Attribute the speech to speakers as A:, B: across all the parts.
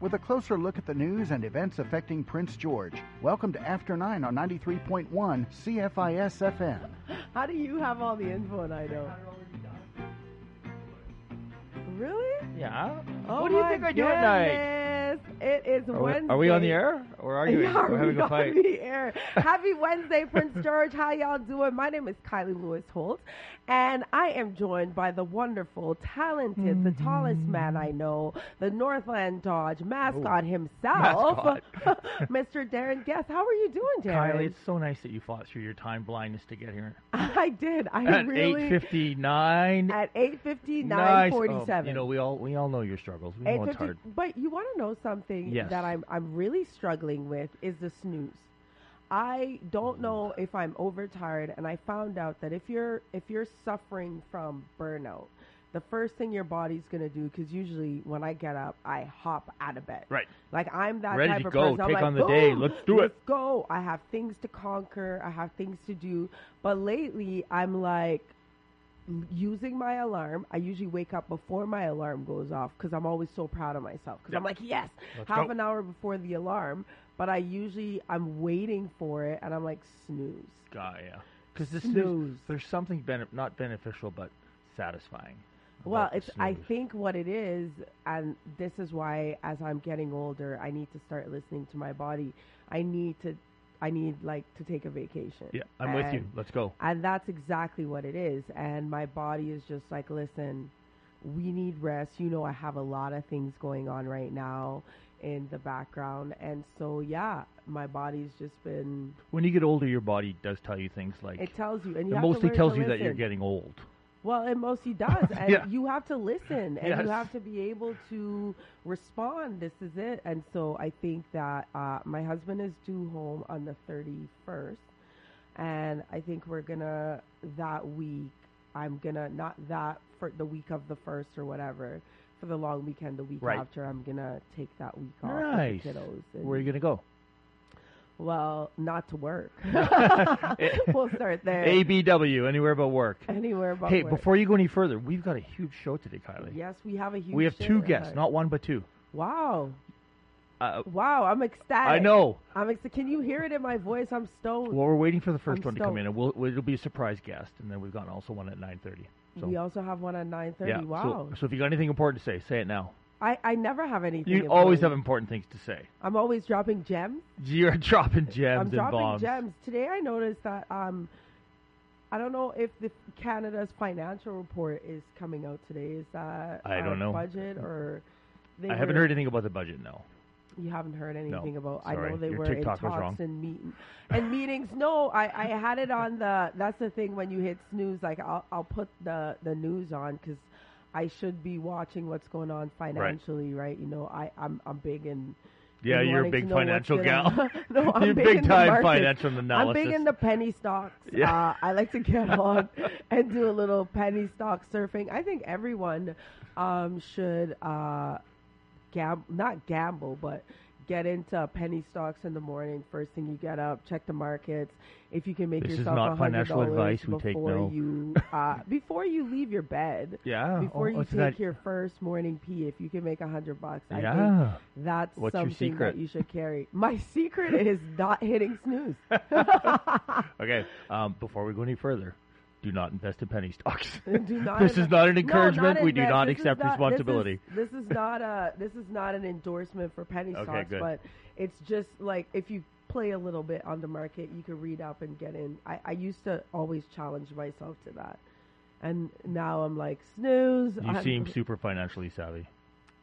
A: with a closer look at the news and events affecting Prince George. Welcome to After 9 on 93.1 CFIS FM.
B: How do you have all the info and I don't? Really?
C: Yeah.
B: Oh
C: what do you
B: my
C: think I do at night?
B: goodness. It is
C: Are we,
B: Wednesday.
C: are we on the air or are you?
B: Yeah, are
C: we're having
B: we
C: a fight.
B: on the air? Happy Wednesday, Prince George. How y'all doing? My name is Kylie Lewis Holt, and I am joined by the wonderful, talented, the tallest
C: Mm-hmm.
B: man I know, the Northland Dodge mascot himself,
C: Oh, Mascot.
B: Mr. Darren Guess. How are you doing, Darren?
C: Kylie, it's so nice that you fought through your time blindness to get here.
B: I did. I
C: At
B: really
C: 8:59.
B: at eight fifty nine
C: Nice.
B: forty
C: Oh, you know,
B: seven.
C: we all we all know your struggles. We know it's hard.
B: But you want to know something
C: Yes.
B: that I'm I'm really struggling with is the snooze. I
C: Mm.
B: don't know if I'm overtired, and I found out that if you're if you're suffering from burnout, the first thing your body's gonna do because usually when I get up, I hop out of bed.
C: Right.
B: Like I'm that
C: Ready
B: type
C: to
B: of
C: go.
B: person. I'm
C: Take
B: like,
C: on the day.
B: "Boom,
C: Let's do it."
B: Let's go. I have things to conquer. I have things to do. But lately, I'm like l- using my alarm. I usually wake up before my alarm goes off because I'm always so proud of myself. Because I'm like, yes,
C: Let's
B: half
C: go.
B: an hour before the alarm. But I usually I'm waiting for it, and I'm like snooze.
C: God, yeah. Because this
B: Snooze.
C: is there's something bene- not beneficial but satisfying. about
B: Well,
C: the
B: it's I
C: snooze.
B: think what it is, and this is why as I'm getting older, I need to start listening to my body. I need to, I need like to take a vacation.
C: Yeah, I'm with you.
B: And-
C: Let's go.
B: And that's exactly what it is. And my body is just like, listen, we need rest. You know, I have a lot of things going on right now in the background. And so, yeah, my body's just been,
C: When you get older, your body does tell you things like
B: it tells you. And you
C: it
B: have to
C: mostly
B: learn
C: tells
B: to
C: you that you're
B: listen.
C: getting old.
B: Well, it mostly does. And
C: Yeah.
B: you have to listen and
C: Yes.
B: you have to be able to respond. This is it. And so I think that uh, my husband is due home on the 31st. And I think we're going to, that week, I'm going to, not that for the week of the first or whatever, for the long weekend, the week
C: Right.
B: after, I'm going to take that week off.
C: Nice.
B: With the kiddos and-
C: Where are you gonna go?
B: well, not to work.
C: Eh.
B: we'll start there.
C: ABW, anywhere but work.
B: Anywhere but
C: Hey,
B: work.
C: before you go any further, we've got a huge show today, Kylie.
B: Yes, we have a huge.
C: we have
B: show
C: two
B: tonight.
C: guests, not one but two.
B: Wow.
C: Uh,
B: Wow, I'm ecstatic.
C: I know.
B: I'm ex- Can you hear it in my voice? I'm stoned.
C: Well, we're waiting for the 1st
B: I'm
C: one to come
B: stoked.
C: in, and we'll, it'll be a surprise guest, and then we've got also one at nine thirty. So
B: we also have one at 9:30.
C: yeah, so-
B: wow.
C: So, if you got anything important to say, say it now.
B: I, I never have anything.
C: You
B: in
C: always have
B: mind.
C: important things to say.
B: I'm always dropping gems.
C: You're dropping gems
B: I'm
C: and
B: dropping
C: bombs.
B: gems. Today I noticed that um I don't know if the Canada's financial report is coming out today. Is that
C: I don't
B: our
C: know.
B: budget or they
C: I haven't
B: were-
C: heard anything about the budget. No,
B: You haven't heard anything about. I
C: sorry.
B: know they
C: Your
B: were in
C: TikTok
B: talks
C: was wrong.
B: and meet and meetings. No, I, I had it on the. That's the thing when you hit snooze. Like I'll I'll put the the news on because I should be watching what's going on financially, right? You know, I I'm I'm big in.
C: Yeah,
B: in
C: you're a
B: wanting to
C: big
B: know what's
C: financial
B: gonna-
C: gal.
B: no, I'm
C: You're
B: big,
C: big
B: in the
C: time
B: markets.
C: financial
B: I'm big
C: analysis.
B: in the penny stocks.
C: Yeah.
B: Uh, I like to get on and do a little penny stock surfing. I think everyone um, should uh, gam- not gamble, but get into penny stocks in the morning. First thing you get up, check the markets. If you can make
C: This is
B: yourself $100
C: not financial advice. We
B: before
C: take no.
B: you uh, before you leave your bed.
C: yeah.
B: Before
C: oh,
B: you
C: it's
B: take
C: that-
B: your first morning pee, if you can make a hundred bucks, I think
C: yeah.
B: that's
C: What's your
B: something
C: secret?
B: that you should carry. My secret is not hitting snooze.
C: Okay. Um, before we go any further, do not invest in penny stocks.
B: do not
C: This is not an
B: No,
C: encouragement. We do
B: invest.
C: not
B: This is
C: accept
B: not- this is-
C: responsibility.
B: This is, not a this is not an endorsement for penny
C: Okay,
B: stocks,
C: good.
B: but it's just like if you play a little bit on the market, you can read up and get in. I, I used to always challenge myself to that. And now I'm like snooze.
C: You
B: I'm,
C: seem super financially savvy.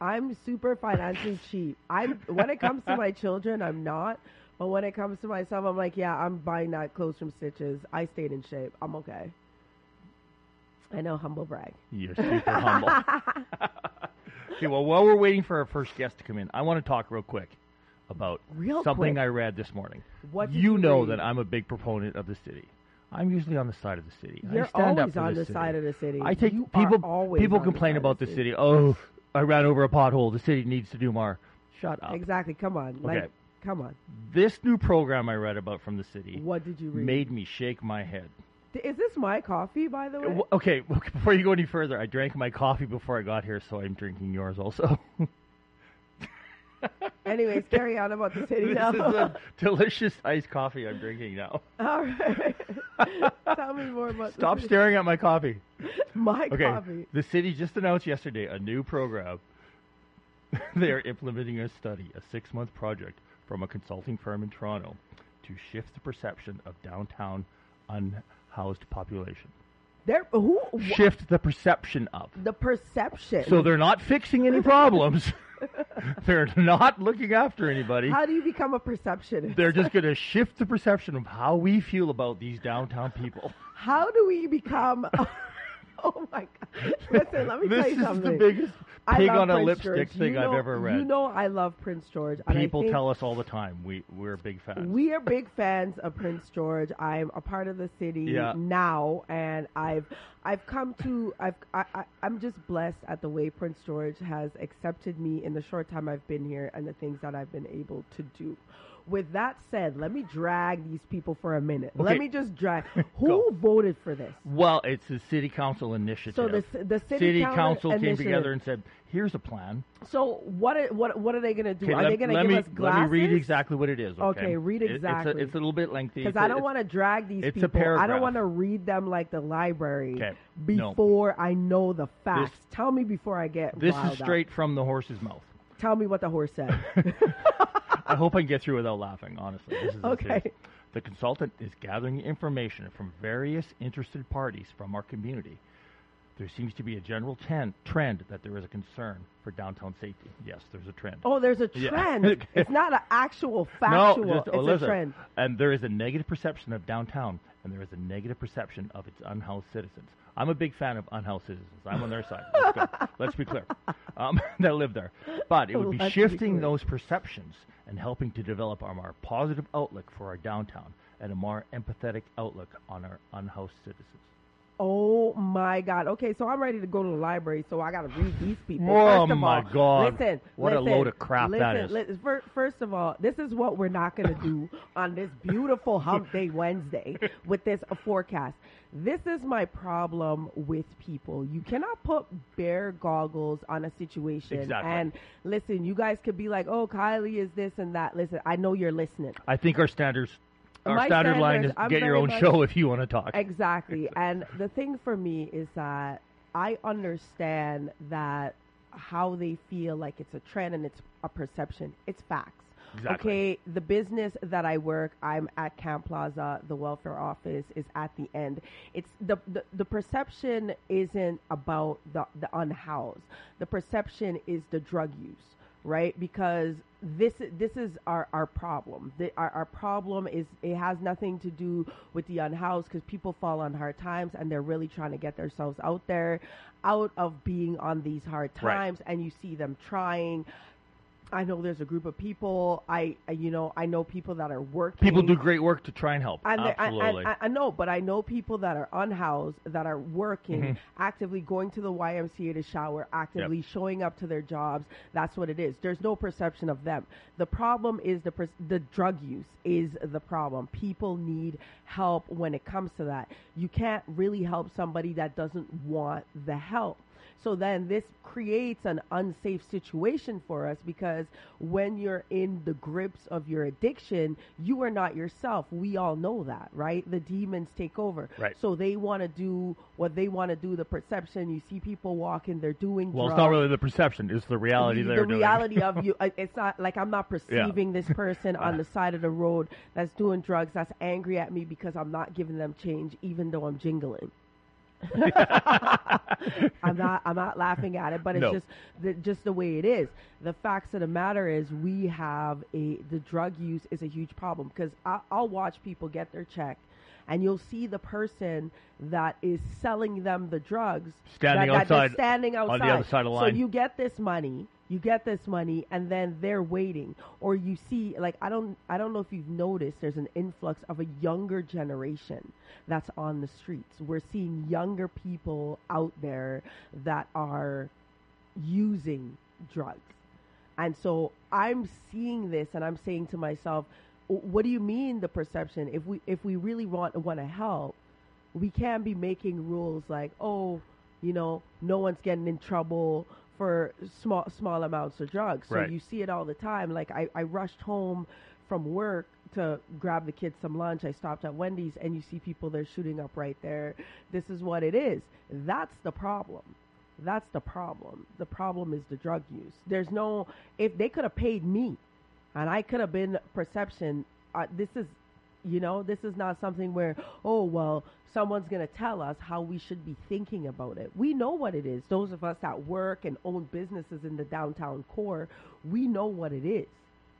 B: I'm super financially cheap. I'm when it comes to my children, I'm not. But when it comes to myself, I'm like, yeah, I'm buying that clothes from Stitches. I stayed in shape. I'm okay. I know, humble brag.
C: You're super humble. okay, well, while we're waiting for our first guest to come in, I want to talk real quick about
B: Real
C: something
B: quick.
C: I read this morning.
B: What did
C: you,
B: you
C: know
B: read?
C: that I'm a big proponent of the city. I'm usually on the side of the city. I
B: You're
C: stand
B: always
C: up for
B: on the side of the city.
C: I take
B: You are
C: people.
B: always
C: people
B: on the
C: complain
B: side of
C: about
B: the
C: the city. Oh, I ran over a pothole. The city needs to do more. Shut up.
B: Exactly. Come on. Like,
C: Okay.
B: come on.
C: This new program I read about from the city
B: What did you read?
C: made me shake my head.
B: Th- Is this my coffee, by the way?
C: W- Okay, before you go any further, I drank my coffee before I got here, so I'm drinking yours also.
B: Anyways, carry on about the city
C: this
B: now.
C: is a delicious iced coffee I'm drinking now.
B: All right. Tell me more about the
C: Stop
B: city.
C: staring at my coffee.
B: My
C: Okay,
B: coffee.
C: the city just announced yesterday a new program. they are implementing a study, a six month project from a consulting firm in Toronto to shift the perception of downtown unhoused population.
B: There, who? wh-
C: Shift the perception of.
B: the perception.
C: So they're not fixing any problems. they're not looking after anybody.
B: How do you become a perceptionist?
C: They're just going to shift the perception of how we feel about these downtown people.
B: How do we become? oh my god! Listen, let me
C: this
B: tell you
C: is
B: something.
C: the biggest
B: I
C: pig
B: love
C: on a
B: Prince
C: lipstick
B: George.
C: thing
B: You
C: I've
B: know-
C: ever read.
B: You know, I love Prince George. and I
C: People
B: think
C: tell us all the time we we're big fans.
B: We are big fans of Prince George. I'm a part of the city
C: Yeah.
B: now, and I've I've come to I've I, I, I'm just blessed at the way Prince George has accepted me in the short time I've been here and the things that I've been able to do. With that said, let me drag these people for a minute. Let
C: Okay.
B: me just drag. Who voted for this?
C: well, it's a city council initiative.
B: So the c- the city council
C: council came
B: initiative.
C: together and said, "Here's a plan."
B: So what are, what what are they going to do?
C: Okay,
B: are
C: let,
B: they going to
C: let
B: give
C: me,
B: us glasses?
C: Let me read exactly what it is. Okay,
B: Okay, read
C: It- It's
B: exactly.
C: a, it's a little bit lengthy
B: Because
C: It's-
B: I don't
C: it's-
B: want to drag these
C: it's a
B: people. I don't
C: paragraph.
B: want to read them like the library
C: 'Kay, no.
B: before I know the facts.
C: This-
B: Tell me before I get
C: This
B: riled
C: is straight from the horse's mouth.
B: Up. Tell me what the horse said.
C: I hope I can get through without laughing, honestly. This is
B: Okay.
C: serious. The consultant is gathering information from various interested parties from our community. There seems to be a general ten- trend that there is a concern for downtown safety. Yes, there's a trend.
B: oh, there's a
C: Yeah.
B: trend.
C: Okay.
B: It's not an actual factual.
C: No, just,
B: it's a
C: oh, listen.
B: trend.
C: And there is a negative perception of downtown, and there is a negative perception of its unhoused citizens. I'm a big fan of unhoused citizens. I'm on their side. Let's, go. Let's be clear. Um, that live there. But it would be
B: Let's be
C: shifting
B: clear.
C: those perceptions and helping to develop a more positive outlook for our downtown and a more empathetic outlook on our unhoused citizens.
B: Oh my God. Okay, so I'm ready to go to the library, so I got to read these people.
C: Oh
B: first of
C: my
B: all,
C: God.
B: Listen,
C: What a
B: listen,
C: load of crap
B: listen,
C: that is.
B: lis- fir- first of all, this is what we're not going to do on this beautiful Hump Day Wednesday with this uh, forecast. This is my problem with people. You cannot put bear goggles on a situation.
C: Exactly.
B: And listen, you guys could be like, "Oh, Kylie is this and that." Listen, I know you're listening.
C: I think our standards, our
B: My
C: standard line
B: standards,
C: is
B: I'm
C: get your
B: very
C: own
B: much-
C: show if you want to talk.
B: Exactly. And the thing for me is that I understand that how they feel like it's a trend and it's a perception. It's facts.
C: Exactly.
B: Okay, the business that I work, I'm at Camp Plaza. The welfare office is at the end. It's the the, the perception isn't about the, the unhoused. The perception is the drug use, right? Because this this is our our problem. The, our our problem is it has nothing to do with the unhoused because people fall on hard times and they're really trying to get themselves out there, out of being on these hard
C: Right.
B: times. And you see them trying. I know there's a group of people. I, I- you know, I know people that are working.
C: People do great work to try and help.
B: And they- I,
C: Absolutely.
B: I, I, I know, but I know people that are unhoused, that are working,
C: Mm-hmm.
B: actively going to the YMCA to shower, actively showing up to their jobs. That's what it is. There's no perception of them. The problem is the pers- the drug use is the problem. People need help when it comes to that. You can't really help somebody that doesn't want the help. So then this creates an unsafe situation for us because when you're in the grips of your addiction, you are not yourself. We all know that, right? The demons take over.
C: Right.
B: So they want to do what they want to do, the perception. You see people walking, they're doing
C: well, it's
B: drugs
C: not really the perception; it's the reality
B: the,
C: they're
B: the
C: doing.
B: reality of you I- it's not like i'm not perceiving this person on the side of the road that's doing drugs that's angry at me because i'm not giving them change even though i'm jingling i'm not i'm not laughing at it but it's
C: No.
B: just the, just the way it is the facts of the matter is we have a the drug use is a huge problem because i'll watch people get their check and you'll see the person that is selling them the drugs
C: Standing
B: that, that they're
C: outside-
B: standing
C: on the
B: outside
C: other side of the
B: So
C: line.
B: you you get this money you get this money and then they're waiting or you see like i don't i don't know if you've noticed there's an influx of a younger generation that's on the streets we're seeing younger people out there that are using drugs and so i'm seeing this and i'm saying to myself "W- what do you mean the perception if we if we really want want to help we can't be making rules like, oh, you know, no one's getting in trouble for small small amounts of drugs. So
C: Right.
B: you see it all the time. Like I, I rushed home from work to grab the kids some lunch. I stopped at Wendy's and you see people they're shooting up right there. This is what it is. That's the problem. That's the problem. The problem is the drug use. There's no if they could have paid me and I could have been perception uh, this is you know, this is not something where, oh, well, someone's going to tell us how we should be thinking about it. We know what it is. Those of us that work and own businesses in the downtown core, we know what it is.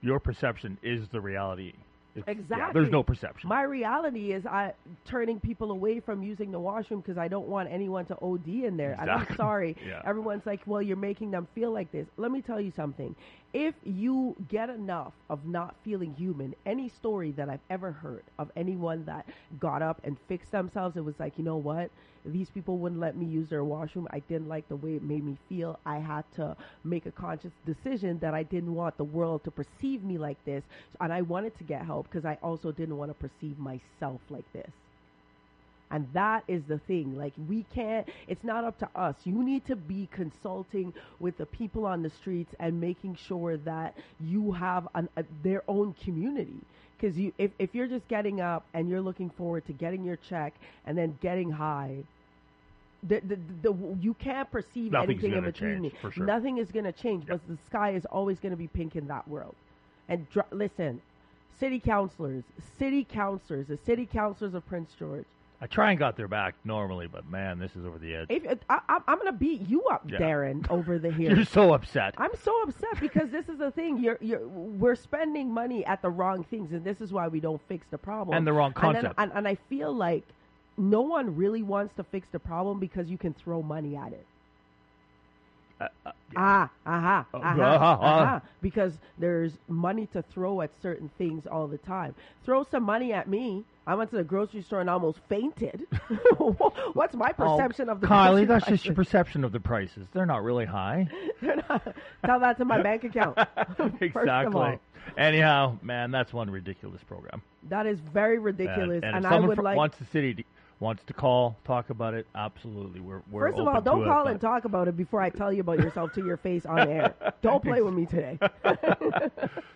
C: Your perception is the reality. It's- Yeah,
B: Exactly.
C: there's no perception.
B: My reality is I turning people away from using the washroom because I don't want anyone to OD in there. And I'm
C: Exactly.
B: sorry.
C: Yeah.
B: Everyone's like, well, you're making them feel like this. Let me tell you something. If you get enough of not feeling human, any story that I've ever heard of anyone that got up and fixed themselves, it was like, you know what? These people wouldn't let me use their washroom. I didn't like the way it made me feel. I had to make a conscious decision that I didn't want the world to perceive me like this. And I wanted to get help because I also didn't want to perceive myself like this. And that is the thing. Like, we can't, it's not up to us. You need to be consulting with the people on the streets and making sure that you have an, a, their own community. Because you, if, if you're just getting up and you're looking forward to getting your check and then getting high, the, the, the, the, you can't perceive
C: Nothing's
B: anything in
C: gonna
B: between.
C: change, for sure.
B: Nothing is going to change, but the sky is always going to be pink in that world. And dr- listen, city councilors, city councilors, the city councilors of Prince George,
C: I try and got their back normally, but man, this is over the edge.
B: if I, I, I'm gonna beat you up,
C: Yeah.
B: Darren, over the
C: You're
B: here.
C: so upset.
B: I'm so upset because this is the thing. You're, you're, we're spending money at the wrong things, and this is why we don't fix the problem
C: And the wrong
B: then-
C: concept.
B: And, and I feel like no one really wants to fix the problem because you can throw money at it.
C: Uh, uh,
B: Ah, aha,
C: Uh,
B: aha,
C: ah, ah.
B: aha. Because there's money to throw at certain things all the time. Throw some money at me. I went to the grocery store and almost fainted. What's my perception
C: oh,
B: of the grocery
C: Kylie, that's just
B: prices?
C: your perception of the prices. They're not really high.
B: Tell that to my bank account.
C: exactly.
B: all.
C: Anyhow, man, that's one ridiculous program.
B: That is very
C: And-
B: ridiculous,
C: And,
B: and,
C: if
B: I
C: someone
B: would
C: fr-
B: like.
C: wants the city to, wants to call, talk about it. Absolutely, we're we're
B: First of all,
C: open to
B: don't
C: it,
B: call
C: but-
B: and talk about it before I tell you about yourself to your face on air. Don't play with me today.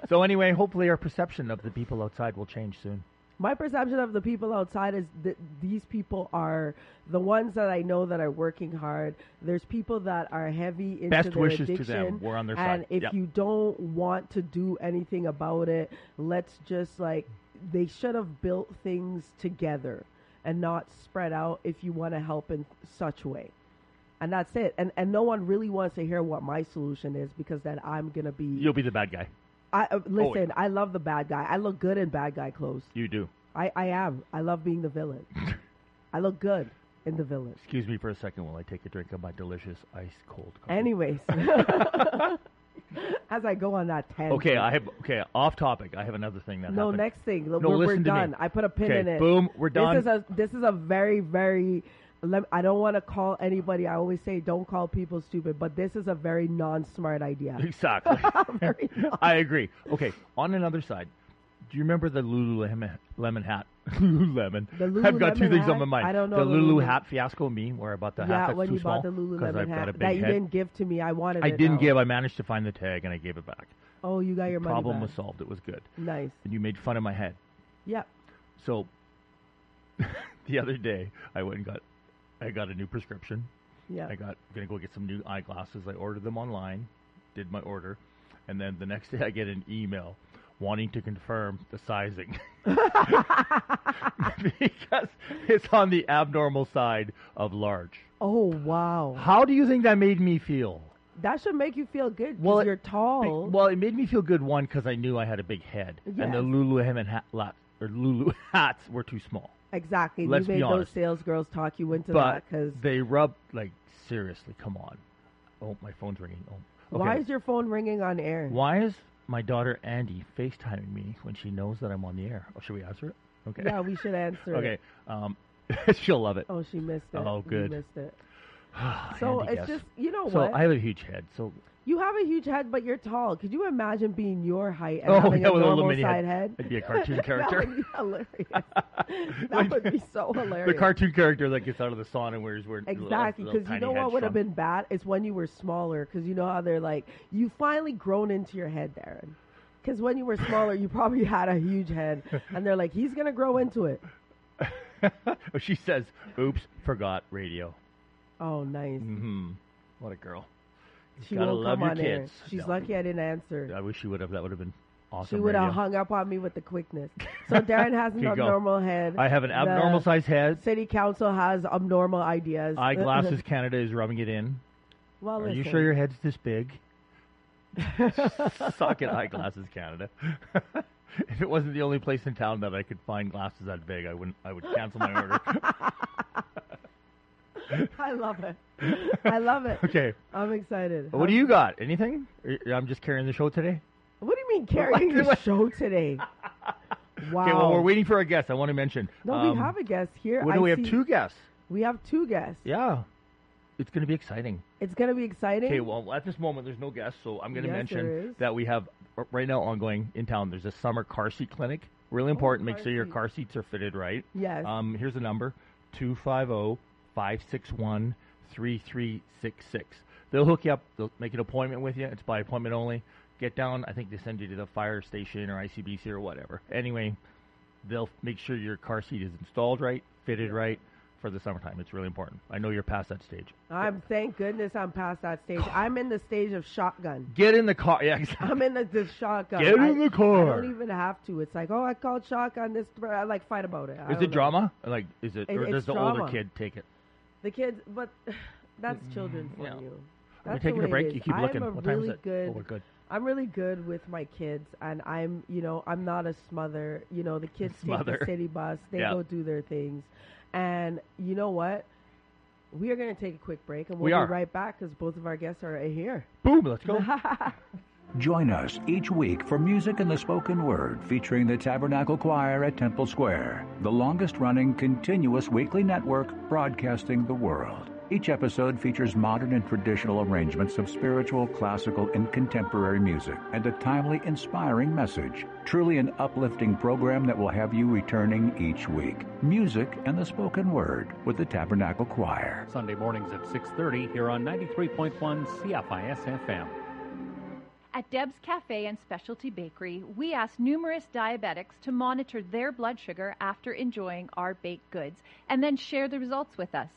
C: So anyway, hopefully our perception of the people outside will change soon.
B: My perception of the people outside is that these people are the ones that I know that are working hard. There's people that are heavy into
C: Best
B: their
C: wishes to
B: addiction,
C: them. We're on their
B: and
C: side.
B: if
C: Yep.
B: you don't want to do anything about it, let's just like they should have built things together and not spread out. If you want to help in such way. And that's it. And and no one really wants to hear what my solution is because then I'm gonna be.
C: You'll be Oh, the bad guy.
B: I uh, listen. I love the bad guy. I look good in bad guy clothes.
C: You do.
B: I, I am. I love being the villain. I look good in the villain.
C: Excuse me for a second while I take a drink of my delicious ice cold coffee.
B: Anyways, as I go on that tangent.
C: okay, I have okay, off topic. I have another thing that
B: No,
C: happened.
B: next thing.
C: No,
B: we're, we're
C: listen to me.
B: done. I put a pin
C: Okay,
B: in it.
C: boom, we're done.
B: This is a this is a very very. lem- I don't want to call anybody. I always say don't call people stupid, but this is a very non-smart idea.
C: Exactly.
B: Very non-
C: I agree. Okay, on another side, do you remember the Lululemon lemon hat? Lululemon.
B: The
C: I've got two
B: Lululemon
C: things on my
B: hat?
C: mind.
B: I don't know
C: The Lulu
B: Lululemon.
C: hat fiasco meme, where I bought the hat
B: yeah,
C: that's
B: when
C: too
B: you
C: small
B: bought the Lululemon
C: I've
B: hat
C: got a big
B: that you
C: head.
B: didn't give to me, I wanted.
C: I
B: it
C: didn't
B: now.
C: give. I managed to find the tag and I gave it back.
B: Oh, you got your money
C: Problem
B: back.
C: was solved. It was good.
B: nice.
C: And you made fun of my head.
B: Yep.
C: So the other day, I went and got I got a new prescription.
B: Yeah.
C: I got gonna go get some new eyeglasses. I ordered them online, did my order, and then the next day I get an email wanting to confirm the sizing because it's on the abnormal side of large.
B: Oh wow.
C: How do you think that made me feel?
B: That should make you feel good 'cause
C: Well, it-
B: you're
C: Be-
B: tall.
C: Well, it made me feel good one because I knew I had a big head, and the
B: Yes.
C: Lululemon hat, lot, or Lulu hats were too small.
B: exactly.
C: let's
B: you
C: be
B: made those
C: honest.
B: sales girls talk you into
C: but
B: that because
C: they rub like seriously. Come on. Oh, my phone's ringing. Oh, okay.
B: why is your phone ringing on air?
C: Why is my daughter Andy FaceTiming me when she knows that I'm on the air? Oh, should we answer it? Okay.
B: Yeah, we should answer. it.
C: okay. Um, she'll love it.
B: Oh, she missed it.
C: Oh,
B: You
C: good.
B: missed it. So
C: Andy
B: it's
C: guessed.
B: just you know
C: so
B: what
C: I have a huge head. So
B: You have a huge head, but you're tall. Could you imagine being your height and
C: Oh,
B: having
C: yeah,
B: a
C: with a little
B: normal
C: mini
B: side
C: head.
B: head?
C: I'd be a cartoon
B: That
C: character.
B: would be hilarious. that
C: Like-
B: would be so hilarious.
C: The cartoon character that gets out of the sauna and wears wearing little-
B: Exactly,
C: little
B: because you
C: tiny
B: know what
C: heads
B: would have
C: from-
B: been bad is when you were smaller, because you know how they're like, you finally grown into your head, Darren. Because when you were smaller, you probably had a huge head, and they're like, he's gonna grow into it.
C: Oh, she says, "Oops, forgot radio."
B: Oh, nice.
C: hmm What a girl.
B: She
C: gotta
B: won't
C: love
B: come
C: your
B: on air.
C: kids.
B: She's
C: No.
B: lucky I didn't answer.
C: I wish she would have. That would have been awesome.
B: she would have
C: radio.
B: hung up on me with the quickness. So Darren has an
C: Here you go.
B: abnormal head.
C: I have an
B: The
C: abnormal sized head.
B: City council has abnormal ideas.
C: Eyeglasses Canada is rubbing it in.
B: well,
C: Are you
B: listen,
C: sure your head's this big? Suck it, Eyeglasses Canada. if it wasn't the only place in town that I could find glasses that big, I wouldn't. I would cancel my order.
B: I love it. I love it.
C: okay,
B: I'm excited.
C: what do you got? Anything? Or- I'm just carrying the show today.
B: What do you mean carrying the show today? Wow.
C: Okay, well, we're waiting for a guest. I want to mention.
B: no,
C: um,
B: we have a guest here.
C: What
B: I
C: do we have?
B: see-
C: Two guests.
B: We have two guests.
C: Yeah, it's going to be exciting.
B: It's gonna be exciting.
C: Okay, well, at this moment, there's no guests, so I'm going to
B: Yes, there
C: mention
B: is.
C: that we have r- right now ongoing in town. There's a summer car seat clinic. Really important.
B: Oh,
C: Make
B: car
C: sure your
B: seat.
C: car seats are fitted right.
B: yes.
C: Um, here's the number oh, 250 561 3366. They'll hook you up, they'll make an appointment with you. It's by appointment only. Get down. I think they send you to the fire station or ICBC or whatever. Anyway, they'll make sure your car seat is installed right, fitted right for the summertime. It's really important. I know you're past that stage.
B: I'm thank goodness I'm past that stage. I'm in the stage of shotgun.
C: Get in the car. Yeah, exactly.
B: I'm in the, the shotgun.
C: Get
B: I-
C: in the
B: I
C: car.
B: don't even have to. It's like, oh, I called shotgun this. threat. I like fight about it. I
C: Is
B: don't
C: it
B: know.
C: drama? Like, is it,
B: It-
C: or does
B: it's
C: the older
B: drama.
C: kid take it?
B: The kids, but that's children for
C: Mm, yeah.
B: you.
C: Are we
B: That's the
C: taking
B: way
C: a
B: it
C: break?
B: is.
C: You keep looking.
B: I'm a
C: what time
B: really
C: is it?
B: good.
C: Oh, we're good.
B: I'm really good with my kids, and I'm, you know, I'm not a smother. You know, the kids
C: Smother.
B: take the city bus, they
C: Yeah.
B: go do their things, and you know what? We are going to take a quick break, and we'll
C: We
B: be
C: are.
B: right back because both of our guests are here.
C: Boom, let's go.
D: Join us each week for Music and the Spoken Word featuring the Tabernacle Choir at Temple Square, the longest running continuous weekly network broadcasting the world. Each episode features modern and traditional arrangements of spiritual, classical, and contemporary music, and a timely, inspiring message. Truly an uplifting program that will have you returning each week. Music and the Spoken Word with the Tabernacle Choir.
E: Sunday mornings at 6:30 here on 93.1 CFIS FM.
F: At Deb's Cafe and Specialty Bakery, we ask numerous diabetics to monitor their blood sugar after enjoying our baked goods and then share the results with us.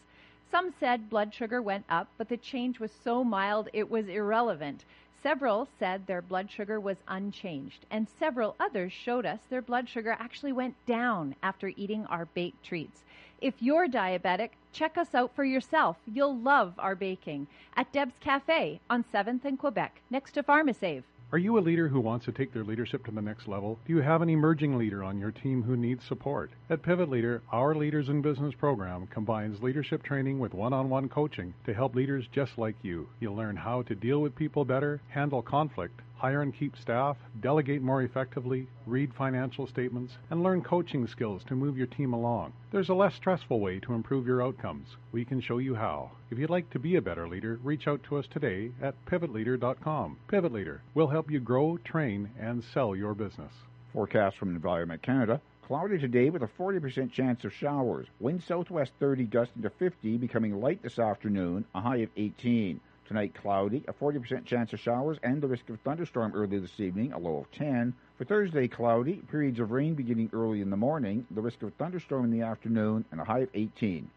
F: Some said blood sugar went up, but the change was so mild it was irrelevant. Several said their blood sugar was unchanged, and several others showed us their blood sugar actually went down after eating our baked treats. If you're diabetic, check us out for yourself. You'll love our baking at Deb's Cafe on 7th and Quebec, next to Pharmasave.
G: Are you a leader who wants to take their leadership to the next level? Do you have an emerging leader on your team who needs support? At Pivot Leader, our Leaders in Business program combines leadership training with one on one coaching to help leaders just like you. You'll learn how to deal with people better, handle conflict, hire and keep staff, delegate more effectively, read financial statements, and learn coaching skills to move your team along. There's a less stressful way to improve your outcomes. We can show you how. If you'd like to be a better leader, reach out to us today at pivotleader.com. Pivot Leader will help you grow, train, and sell your business.
H: Forecast from Environment Canada. Cloudy today with a 40% chance of showers. Wind southwest 30 gusting to 50, becoming light this afternoon, a high of 18. Tonight cloudy, a 40% chance of showers and the risk of thunderstorm early this evening, a low of 10. For Thursday cloudy, periods of rain beginning early in the morning, the risk of thunderstorm in the afternoon, and a high of 18.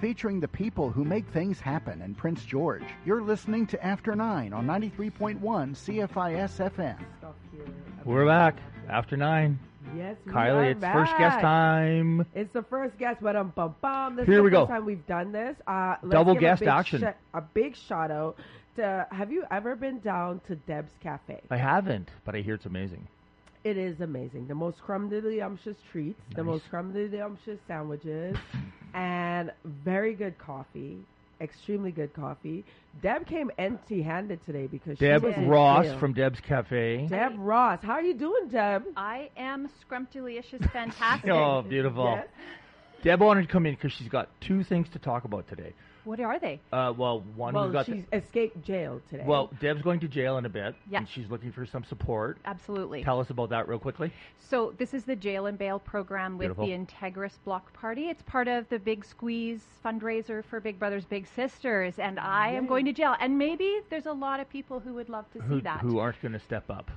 A: Featuring the people who make things happen in Prince George. You're listening to After 9 on 93.1 CFIS FM.
B: Stop here.
C: We're back after nine.
B: Yes, we are
C: Kylie, it's first guest
B: back.
C: time.
B: It's the first guest, but um, bum bum. This
C: Here
B: is the
C: we go.
B: first time we've done this. Uh, let's
C: Double
B: give a
C: guest
B: big
C: action.
B: sh- a big shout out to. Have you ever been down to Deb's Cafe?
C: I haven't, but I hear it's amazing.
B: It is amazing. The most crumdiddlyumptious treats, the most crumdiddlyumptious sandwiches, and very good coffee. Extremely good coffee. Deb came empty-handed today because
C: Deb
B: she was in
C: Ross
B: jail.
C: from Deb's Cafe.
B: Deb Ross. How are you doing, Deb?
F: I am scrumptious, fantastic.
C: Oh, beautiful.
B: Yes.
C: Deb wanted to come in because she's got two things to talk about today.
F: What are they?
C: Uh, well, one who
B: well,
C: got
B: she's
C: the,
B: escaped jail today.
C: well, Deb's going to jail in a bit,
F: Yeah.
C: and she's looking for some support.
F: Absolutely.
C: Tell us about that real quickly.
F: So this is the jail and bail program with
C: Beautiful.
F: the Integris Block Party. It's part of the Big Squeeze fundraiser for Big Brothers Big Sisters, and I am going to jail. And maybe there's a lot of people who would love to see
C: Who,
F: that.
C: who aren't going to step up?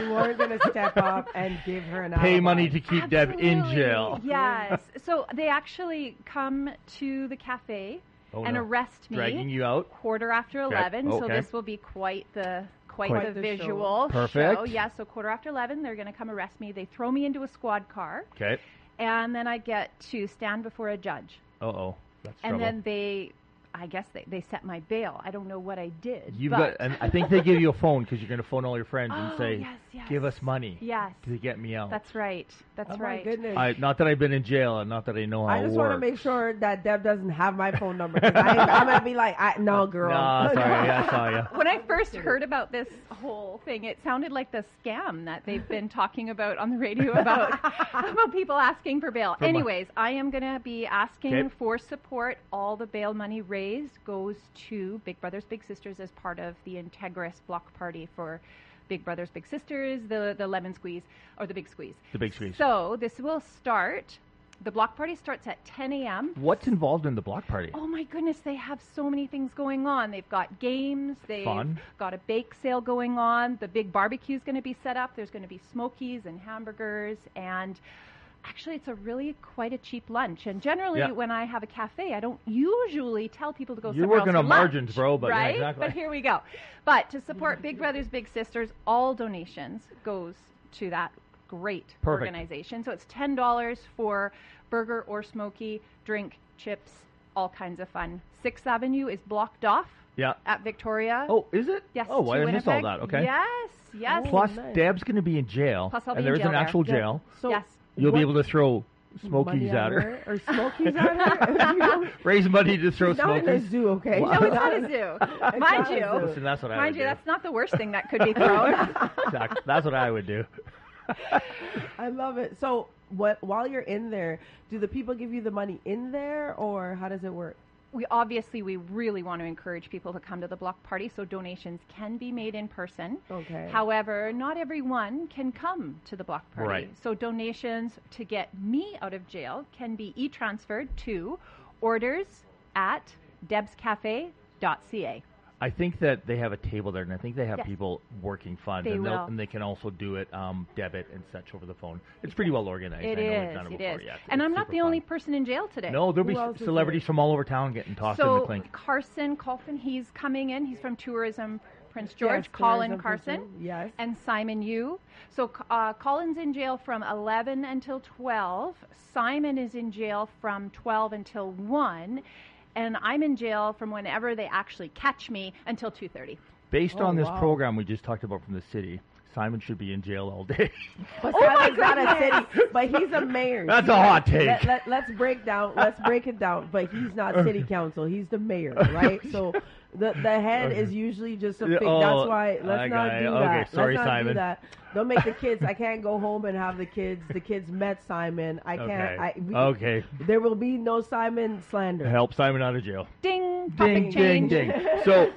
B: you are going to step up and give her an
C: Pay
B: alibi.
C: money to keep Deb in
F: Absolutely,
C: jail.
F: Yes. So they actually come to the cafe
C: Oh,
F: and
C: no.
F: arrest me
C: Dragging you out.
F: quarter after
C: Okay.
F: eleven. So
C: Okay.
F: this will be quite the quite,
B: Quite
F: the,
B: the show.
F: visual
C: Perfect.
F: show. Yeah. So quarter after eleven, they're going to come arrest me. They throw me into a squad car,
C: Okay.
F: and then I get to stand before a judge.
C: Uh oh. That's
F: and
C: trouble.
F: then they, I guess they, they set my bail. I don't know what I did.
C: You've
F: but
C: got, and I think they give you a phone because you're going to phone all your friends and
F: Oh,
C: say,
F: yes, yes.
C: "Give us money
F: Yes.
C: to get me out."
F: That's right. That's
B: Oh my
F: right.
B: goodness.
C: I, not that I've been in jail and not that I know how
B: I
C: it
B: just
C: works.
B: want to make sure that Deb doesn't have my phone number. 'cause I, I'm gonna be like, I, no, girl.
C: Nah, sorry, I saw you.
F: When I first heard about this whole thing, it sounded like the scam that they've been talking about on the radio about about people asking for bail.
C: mon-
F: Anyways, I am going to be asking
C: Okay.
F: for support. All the bail money raised goes to Big Brothers Big Sisters as part of the Integris block party for Big Brothers Big Sisters, the the lemon squeeze or the big squeeze.
C: The big squeeze.
F: So this will start. The block party starts at 10 a.m.
C: What's involved in the block party?
F: Oh my goodness, they have so many things going on. They've got games, they've
C: Fun.
F: got a bake sale going on, the big barbecue's going to be set up, there's going to be smokies and hamburgers and actually it's a really quite a cheap lunch and generally
C: Yeah.
F: when I have a cafe, I don't usually tell people to go
C: You're
F: somewhere
C: working
F: else
C: on
F: for lunch,
C: margins, bro, but yeah,
F: right?
C: exactly.
F: But here we go. But to support
C: Mm-hmm.
F: Big Brothers Big Sisters, all donations goes to that great
C: Perfect.
F: organization. So it's ten dollars for burger or smoky, drink, chips, all kinds of fun. Sixth Avenue is blocked off
C: Yeah.
F: at Victoria.
C: Uh, Oh, is it?
F: yes.
C: Oh, why
F: to
C: did I miss all
F: Winnipeg.
C: that? Okay.
F: Yes, yes.
C: Plus,
B: Oh, nice.
C: Deb's going to be in jail,
F: Plus I'll be
C: and
F: in
C: there is
F: jail
C: an
F: there.
C: actual
F: Yeah.
C: jail.
B: So
F: yes.
C: You'll be
B: what
C: able to throw
B: money
C: smokies
B: at
C: at her,
B: her or smokies at her.
C: raise money to throw
B: Not in a
C: smokies.
B: zoo, okay?
F: No, it's not a zoo. Mind
B: not a
F: you.
B: zoo.
C: Listen, that's what I
F: Mind
C: would
F: you,
C: do.
F: that's not the worst thing that could be thrown.
C: Exact- that's what I would do.
B: I love it. So, what while you're in there, do the people give you the money in there, or how does it work?
F: we obviously we really want to encourage people to come to the block party so donations can be made in person
B: Okay.
F: however not everyone can come to the block party
C: Right.
F: so donations to get me out of jail can be e-transferred to orders at debscafe.ca
C: I think that they have a table there, and I think they have
F: Yes.
C: people working funds,
F: They
C: and, they'll-
F: will.
C: and they can also do it um, debit and such over the phone. It's pretty well organized.
F: it
C: I know
F: is
C: we've done it
F: it
C: before.
F: is
C: Yeah, it's-
F: and
C: it's
F: i'm not
C: super
F: the only
C: fun.
F: person in jail today
C: No, there'll be
B: Who
C: c-
B: else is
C: celebrities
B: there?
C: from all over town getting tossed in the
F: so
C: clink.
F: carson Colfin, he's coming in he's from tourism prince
B: Yes,
F: george
B: there is
F: colin
B: a
F: carson
B: person. Yes.
F: and Simon Yu. So uh, Colin's in jail from 11 until 12. Simon is in jail from 12 until 1. And I'm in jail from whenever they actually catch me until 2.30.
C: Based
B: Oh,
C: on this
B: wow.
C: program we just talked about from the city, Simon should be in jail all day.
B: But
F: Oh my
B: Simon's not a city, but he's a mayor.
C: That's a hot take. Uh.
B: Let, us break down. Let's break it down. But he's not city council. He's the mayor, right? So the the head is usually just a.
C: Yeah,
B: Fig-
C: oh,
B: that's why.
C: I
B: Let's not
C: got
B: do
C: it.
B: that.
C: Okay, sorry,
B: let's not
C: Simon.
B: do that. Don't make the kids. I can't go home and have the kids. The kids met Simon. I can't.
C: okay.
B: I, we,
C: okay.
B: There will be no Simon slander.
C: Help Simon out of jail.
F: Ding, topic
C: ding,
F: change.
C: ding. So,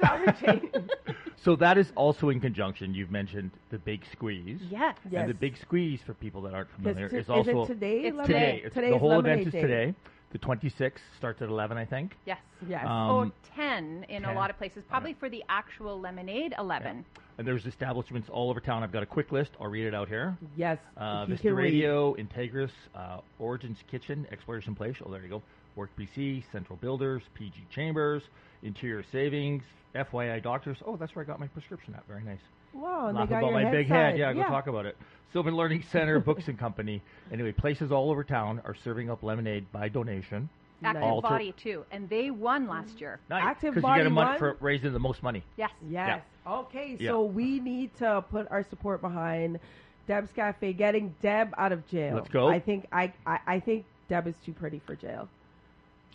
C: so that is also in conjunction. You've mentioned the big squeeze.
F: Yes.
B: Yes.
C: And the big squeeze, for people that aren't
B: Yes,
C: familiar,
B: to-
C: is also
B: it today?
F: It's
B: lemonade?
C: today. It's-
B: Today
C: the
B: is
C: whole event
B: lemonade
C: is
B: day.
C: today. The 26th starts at 11, I think.
F: Yes.
B: Yes.
F: Oh,
C: Um,
F: 10 in a
C: 10.
F: lot of places. Probably for the actual lemonade, 11.
C: and there's establishments all over town. I've got a quick list. I'll read it out here.
B: yes.
C: Uh,
B: if you
C: Vista
B: can read.
C: Radio, Integris, uh, Origins Kitchen, Exploration Place. Oh, there you go. Work BC, Central Builders, PG Chambers, Interior Savings, FYI Doctors. Oh, that's where I got my prescription at. Very nice.
B: Wow, and they
C: Laugh
B: got
C: about
B: your
C: my big
B: side.
C: head. Yeah, go talk about it. Sylvan Learning Center, Books and Company. Anyway, places all over town are serving up lemonade by donation.
F: Active
C: Alter-
F: Body, too. And they won last year.
C: Nice,
B: Active
C: you get a
B: Body
C: month
B: won?
C: for raising the most money.
F: Yes.
B: Yes. Okay,
C: Yeah.
B: so we need to put our support behind Deb's Cafe, getting Deb out of jail.
C: Let's go.
B: I think I, I, I think Deb is too pretty for jail.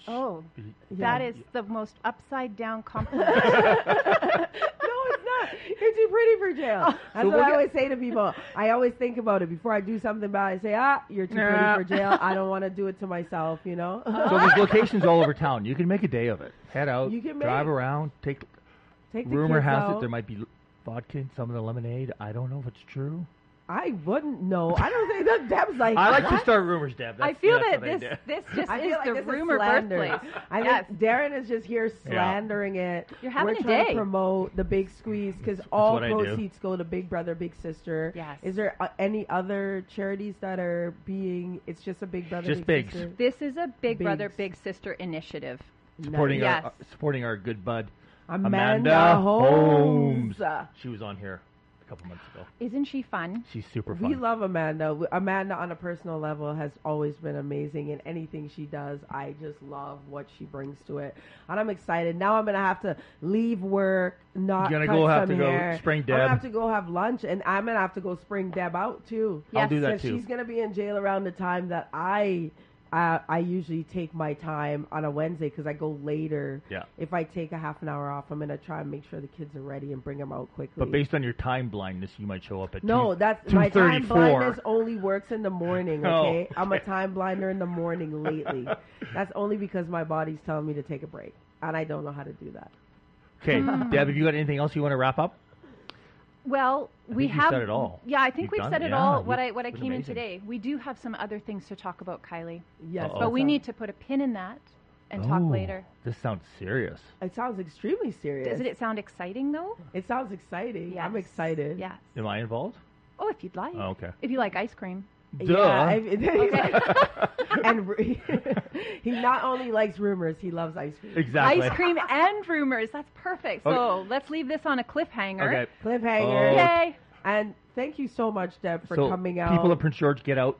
F: Oh,
B: Yeah.
C: Mm-hmm.
F: that is the most upside down compliment.
B: no, it's not. You're too pretty for jail. That's
C: So
B: what I
C: we'll
B: always say to people. I always think about it before I do something bad. I say, ah, you're too
C: Nah.
B: pretty for jail. I don't want to do it to myself, you know?
C: So there's locations all over town. You can make a day of it. Head out,
B: You can
C: drive
B: make-
C: around, take.
B: Take the
C: rumor
B: kids
C: has
B: out.
C: it there might be l- vodka in some of the lemonade. I don't know if it's true.
B: I wouldn't know. I don't think that Deb's like
C: I like to
B: "What?"
C: start rumors, Deb.
F: I
C: That's-
F: feel
C: that's
F: that
C: what I
F: this
C: do.
F: this just
B: I feel
F: is
B: like
F: the
B: this is
F: rumor
B: slander.
F: birthplace.
B: I
F: yes.
B: think Darren is just here slandering it.
F: You're having
B: We're
F: a
B: trying
F: day.
B: to promote the big squeeze because all
C: what I do.
B: proceeds go to Big Brother, Big Sister.
F: Yes.
B: Is there uh, any other charities that are being? It's just a Big Brother,
C: Just
B: Big
C: bigs.
B: Sister.
F: This is a Big Brother,
B: Bigs.
F: Big Sister initiative.
C: supporting
F: Yes.
C: our, uh, supporting our good bud
B: Amanda,
C: Holmes.
B: Holmes.
C: She was on here a couple months ago.
F: Isn't she fun?
C: She's super fun.
B: We love Amanda. W- Amanda, on a personal level, has always been amazing in anything she does. I just love what she brings to it, and I'm excited. Now I'm gonna have to leave work, not
C: You're gonna
B: cut
C: go have
B: some
C: to go
B: hair.
C: spring
B: I'm
C: Deb.
B: gonna have to go have lunch, and I'm gonna have to go spring Deb out too.
C: I'll do that
B: Because
C: too.
B: she's gonna be in jail around the time that I. Uh, I usually take my time on a Wednesday because I go later.
C: Yeah.
B: If I take a half an hour off, I'm gonna try and make sure the kids are ready and bring them out quickly.
C: But based on your time blindness, you might show up at
B: No,
C: two,
B: that's
C: two
B: my time
C: thirty-four.
B: blindness only works in the morning.
C: Oh,
B: Okay, I'm a
C: okay.
B: time blinder in the morning lately. that's only because my body's telling me to take a break, and I don't know how to do that.
C: Okay, Deb, have you got anything else you want to wrap up?
F: Well, we
C: think you've
F: have
C: said it all.
F: Yeah, I think
C: You've
F: we've
C: done
F: said
C: it.
F: it
C: Yeah,
F: all.
C: you-
F: What I what I
C: it was
F: came
C: amazing.
F: in today. We do have some other things to talk about, Kylie,
B: Yes,
C: Uh-oh.
F: but we
B: that's-
F: need to put a pin in that and talk
C: Oh,
F: later.
C: This sounds serious.
B: It sounds extremely serious.
F: Doesn't it sound exciting though?
B: It sounds exciting. I'm
F: Yes.
B: excited.
F: Yes.
C: Am I involved?
F: Oh, if you'd like.
C: Oh, okay.
F: If you like ice cream.
C: Duh.
B: Yeah, I mean, and re- he not only likes rumors, he loves ice cream.
C: exactly.
F: Ice cream and rumors. That's perfect. So
C: Okay.
F: let's leave this on a cliffhanger.
C: Okay.
B: Cliffhanger.
C: Oh. Yeah.
F: Yay!
B: And thank you so much, Deb, for
C: so
B: coming out.
C: people of Prince George, get out.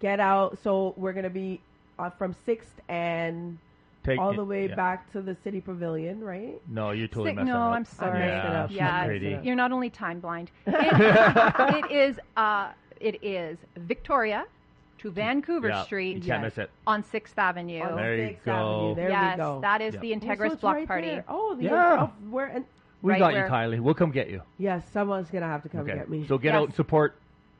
B: Get out. So we're gonna be uh, from sixth and.
C: Take
B: all
C: it-
B: the way
C: yeah.
B: back to the city pavilion, right?
C: No, you're totally
F: Sick-
C: messing
F: no,
C: up.
F: I'm sorry.
C: Yeah,
B: messing up.
C: she's
B: Yeah, I'm
C: crazy.
B: messing up.
F: You're not only time blind. It, it is. Uh, it is Victoria to Vancouver
C: Yeah,
F: Street
C: You can't
B: Yes.
C: miss it.
F: on Sixth Avenue.
B: On
C: There you
B: Sixth
C: go.
B: Avenue. There
F: yes,
B: we go.
F: that is
C: Yeah.
F: the
B: Oh, so
F: Integris
B: it's
F: Block
B: right
F: Party.
B: there. Oh, the
C: Yeah.
B: oh, where and
C: We
F: Right
C: got
F: where-
C: you, Kylie. We'll come get you.
B: yes, someone's gonna have to come
C: okay.
B: get me
C: So get
F: Yes.
C: out and support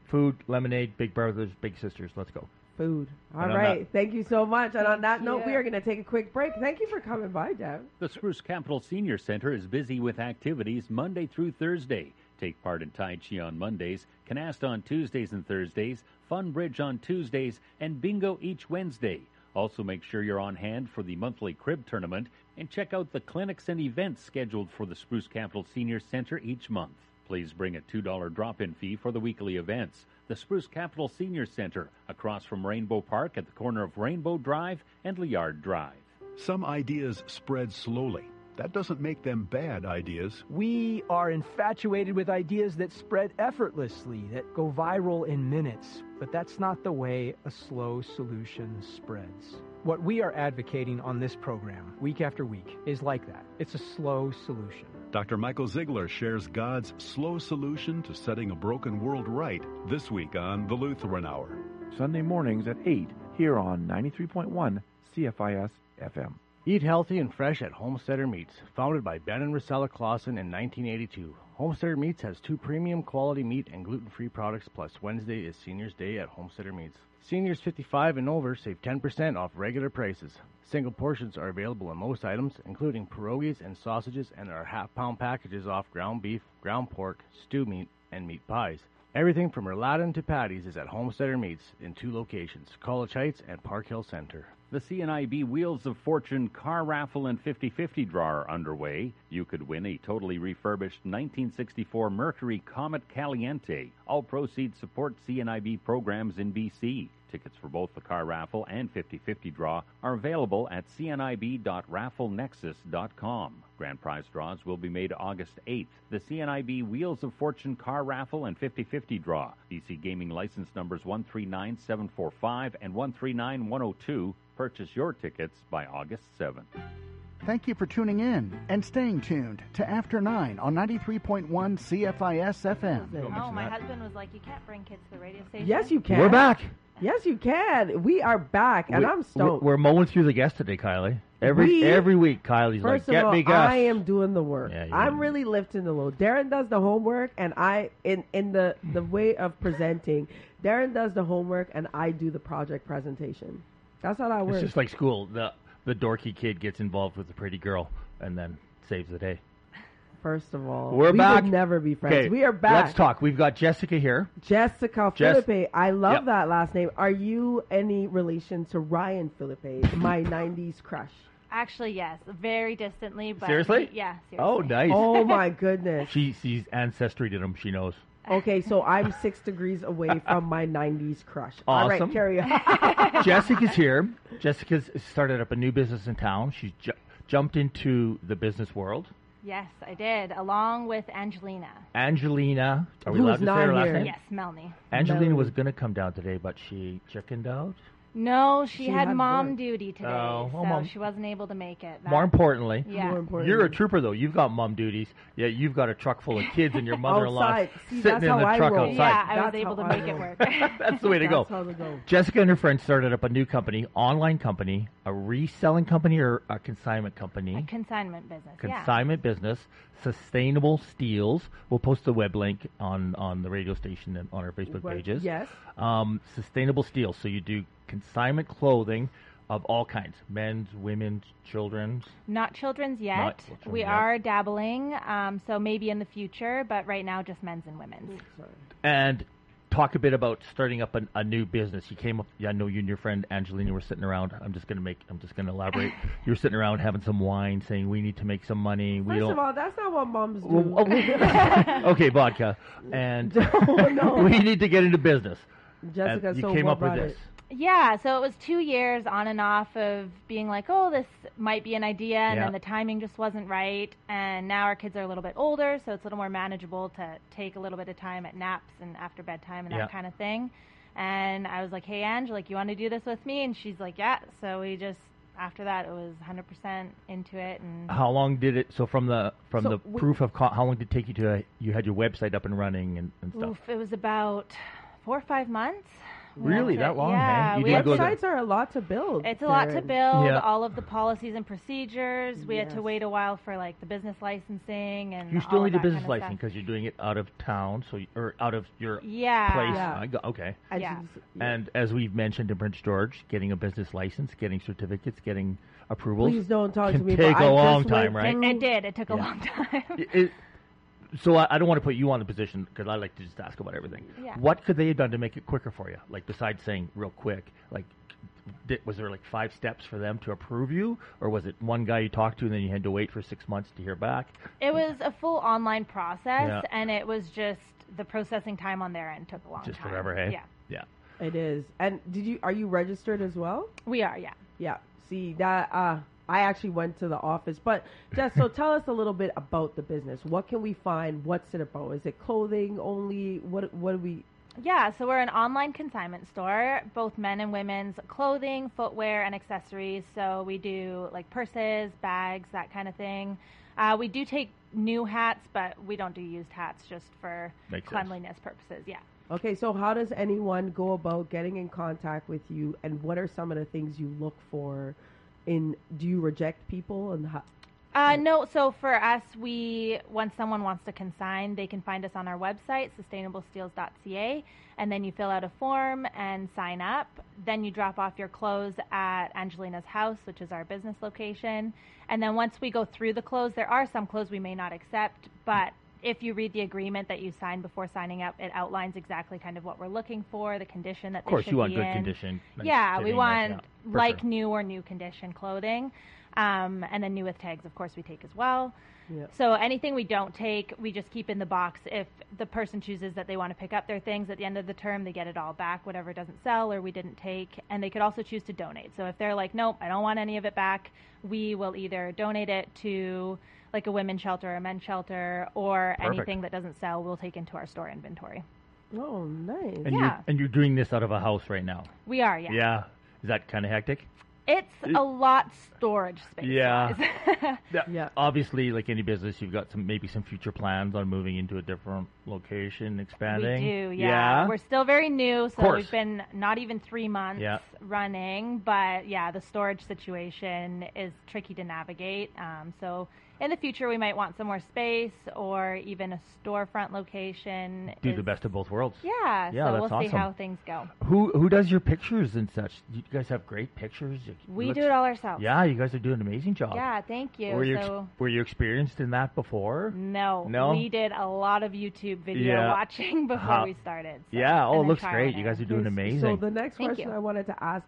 C: food, lemonade, Big Brothers, Big Sisters. Let's go.
B: food. All
C: And on
B: right,
C: that-
B: thank you so much. And on that
F: Thank
B: note,
F: you.
B: we are gonna take a quick break. Thank you for coming by, Deb.
E: The Spruce Capital Senior Center is busy with activities Monday through Thursday. Take part in Tai Chi on Mondays, Canast on Tuesdays and Thursdays, Fun Bridge on Tuesdays, and Bingo each Wednesday. Also, make sure you're on hand for the monthly crib tournament and check out the clinics and events scheduled for the Spruce Capital Senior Center each month. Please bring a $2 drop in fee for the weekly events. The Spruce Capital Senior Center, across from Rainbow Park at the corner of Rainbow Drive and Liard Drive.
I: Some ideas spread slowly. That doesn't make them bad ideas.
J: We are infatuated with ideas that spread effortlessly, that go viral in minutes, but that's not the way a slow solution spreads. What we are advocating on this program, week after week, is like that it's a slow solution.
I: Dr. Michael Ziegler shares God's slow solution to setting a broken world right this week on The Lutheran Hour.
K: Sunday mornings at 8 here on 93.1 CFIS FM.
L: Eat healthy and fresh at Homesteader Meats, founded by Ben and Rosella Clausen in 1982. Homesteader Meats has two premium quality meat and gluten-free products, plus Wednesday is Seniors Day at Homesteader Meats. Seniors 55 and over save 10% off regular prices. Single portions are available in most items, including pierogies and sausages, and there are half-pound packages off ground beef, ground pork, stew meat, and meat pies. Everything from rouladen to patties is at Homesteader Meats in two locations, College Heights and Park Hill Center.
E: The CNIB Wheels of Fortune car raffle and 50 50 draw are underway. You could win a totally refurbished 1964 Mercury Comet Caliente. All proceeds support CNIB programs in BC. Tickets for both the car raffle and 50 50 draw are available at cnib.rafflenexus.com. Grand prize draws will be made August 8th. The CNIB Wheels of Fortune car raffle and 50 50 draw. BC gaming license numbers oh 139745 and 139102. Purchase your tickets by August 7th.
A: Thank you for tuning in and staying tuned to After 9 on 93.1 CFIS FM.
M: Oh, my husband was like, you can't bring kids to the radio station.
B: Yes, you can.
C: We're back.
B: Yes, you can. We are back, and
C: We-
B: I'm
C: we're,
B: stoked.
C: we're mowing through the guests today, Kylie. Every
B: We-
C: every week, Kylie's
B: First
C: like, get
B: of all,
C: me guests.
B: I am doing the work.
C: Yeah, you
B: I'm really lifting the load. Darren does the homework, and I in in the the way of presenting. Darren does the homework, and I do the project presentation. That's how that
C: It's
B: works.
C: just like school. The the dorky kid gets involved with the pretty girl and then saves the day.
B: First of all,
C: We're
B: Oh, we
C: back.
B: Would never be friends.
C: Okay,
B: We are back.
C: Let's talk. We've got Jessica here.
B: Jessica
C: Jess-
B: Felipe. I love
C: Yep.
B: that last name. Are you any relation to Ryan Felipe, my '90s crush?
M: Actually, yes, very distantly. But
C: Seriously?
M: yeah, seriously.
C: Oh, nice.
B: Oh my goodness.
C: She sees ancestry to them. She knows.
B: Okay, so I'm six degrees away from my '90s crush. All right,
C: Awesome.
B: carry on.
C: Jessica's here. Jessica's started up a new business in town. She's ju- jumped into the business world.
M: Yes, I did, along with Angelina.
C: Angelina, are we
M: Who
C: allowed
M: is
C: to say
M: not
C: her last
M: here.
C: name?
M: Yes, Melanie.
C: Angelina
M: Melanie.
C: was going to come down today, but she chickened out.
M: No, she,
B: She
M: had,
B: had
M: mom
B: work.
M: duty today,
C: Oh, well,
M: so
C: mom-
M: she wasn't able to make it.
C: More importantly,
M: Yeah. More
C: you're a
M: importantly.
C: trooper though. You've got mom duties. Yeah, you've got a truck full of kids and your mother-in-law
B: Outside. See,
C: sitting in
B: that's
C: the
B: how I
C: truck
B: roll.
C: outside.
M: yeah, I
B: That's
M: was able to
B: how I
M: make it
B: roll.
M: work.
C: That's the way to go.
B: That's how we go.
C: Jessica and her friend started up a new company, online company, a reselling company or a consignment company.
M: A consignment business. yeah.
C: consignment business, sustainable steels. We'll post the web link on on the radio station and on our Facebook
B: Well,
C: pages.
B: yes.
C: Um, sustainable steels. So you do consignment clothing of all kinds, men's, women's, children's.
M: Not children's yet.
C: Not children
M: we
C: yet.
M: are dabbling, um, so maybe in the future, but right now just men's and women's.
C: And talk a bit about starting up an, a new business. You came up. Yeah, I know you and your friend Angelina were sitting around. I'm just gonna make. I'm just gonna elaborate. you were sitting around having some wine, saying we need to make some money. we
B: First
C: don't.
B: of all, that's not what moms do.
C: Well, oh, we- okay, vodka, and
B: no.
C: we need to get into business.
B: Jessica,
C: and you
B: so
C: came
B: what
C: up with
B: brought
C: this.
B: it?
M: Yeah, so it was two years on and off of being like, oh, this might be an idea, and
C: Yeah.
M: then the timing just wasn't right. And now our kids are a little bit older, so it's a little more manageable to take a little bit of time at naps and after bedtime and
C: Yeah.
M: that kind of thing. And I was like, hey, Ange, like, you want to do this with me? And she's like, yeah. So we just, after that, it was 100% into it. And
C: How long did it? So from the from
M: So
C: the
M: we-
C: proof of co- how long did it take you to? uh, You had your website up and running and, and stuff.
M: oof, it was about four or five months. We
C: Really?
M: had to-
C: That long, hey?
M: Yeah,
C: You
M: we
C: didn't
M: had
C: go
M: to-
C: there.
B: Websites are a lot to build.
M: It's a lot to
B: Darren.
M: build.
C: Yeah.
M: All of the policies and procedures. We had to
B: Yes.
M: wait a while for like the business licensing and
C: you
M: all
C: still
M: of
C: need a
M: that
C: business
M: kind of
C: license
M: Stuff.
C: because you're doing it out of town, so you, or out of your
M: Yeah.
C: place.
B: Yeah.
C: I got- okay.
B: I
M: Yeah.
B: just-
C: And as we've mentioned in Prince George, getting a business license, getting certificates, getting approvals.
B: Please don't talk
C: can
B: to me.
C: take
B: but I
C: a
B: just
C: long
B: went
C: time, right?
B: through-
M: It did. It took a
C: Yeah.
M: long time.
C: It- it- so I, I don't want to put you on the position because I like to just ask about everything.
M: Yeah.
C: What could they have done to make it quicker for you? Like besides saying real quick, like did, was there like five steps for them to approve you, or was it one guy you talked to and then you had to wait for six months to hear back?
M: It was a full online process,
C: Yeah.
M: and it was just the processing time on their end took a long
C: Just
M: time.
C: forever, hey?
M: Yeah,
C: Yeah.
B: It is. And did you? Are you registered as well?
M: we are. Yeah.
B: Yeah. See that? Uh, I actually went to the office, but just so tell us a little bit about the business. What can we find? What's it about? Is it clothing only? What? What do we?
M: Yeah, so we're an online consignment store, both men and women's clothing, footwear, and accessories. So we do like purses, bags, that kind of thing. Uh, we do take new hats, but we don't do used hats just for
C: Makes sense.
M: cleanliness purposes. Yeah.
B: Okay, so how does anyone go about getting in contact with you, and what are some of the things you look for? In do you reject people, and how,
M: Uh, no, so for us, we once someone wants to consign, they can find us on our website, sustainablesteels.ca, and then you fill out a form and sign up. Then you drop off your clothes at Angelina's house, which is our business location. And then once we go through the clothes, there are some clothes we may not accept, but if you read the agreement that you signed before signing up, it outlines exactly kind of what we're looking for, the condition that
C: Of
M: they
C: course,
M: should
C: you want
M: be
C: good
M: in.
C: condition. nice
M: yeah, we
C: fitting, nice-
M: want
C: yeah, for
M: like
C: sure.
M: new or new condition clothing. Um, and then new with tags, of course, we take as well.
B: Yeah.
M: So anything we don't take, we just keep in the box. If the person chooses that they want to pick up their things at the end of the term, they get it all back, whatever doesn't sell or we didn't take. And they could also choose to donate. So if they're like, nope, I don't want any of it back, we will either donate it to like a women's shelter or a men's shelter or
C: Perfect.
M: anything that doesn't sell, we'll take into our store inventory.
B: Oh, nice.
C: And
M: yeah.
C: you're and you're doing this out of a house right now.
M: We are, yeah.
C: Is that kind of hectic?
M: It's a lot storage space.
C: Yeah.
M: wise.
C: yeah. Obviously, like any business, you've got some maybe some future plans on moving into a different location, expanding.
M: We do, yeah. We're still very new, so
C: course.
M: we've been not even three months
C: Yeah.
M: running. But yeah, the storage situation is tricky to navigate. Um, so in the future, we might want some more space or even a storefront location.
C: do
M: is-
C: the best of both worlds.
M: Yeah,
C: Yeah,
M: so
C: that's
M: we'll see
C: awesome.
M: how things go.
C: Who who does your pictures and such? You guys have great pictures. It
M: We
C: looks-
M: do it all ourselves.
C: Yeah, you guys are doing an amazing job.
M: Yeah, thank you.
C: Were you ex-
M: so
C: were you experienced in that before?
M: no,
C: No?
M: we did a lot of YouTube video
C: Yeah.
M: watching before
C: How-
M: we started. so-
C: yeah.
M: and
C: Oh, it
M: then
C: looks
M: trial
C: great.
M: and
C: You guys are doing
B: Okay,
C: amazing.
B: So the next
M: Thank
B: question
M: you.
B: I wanted to ask,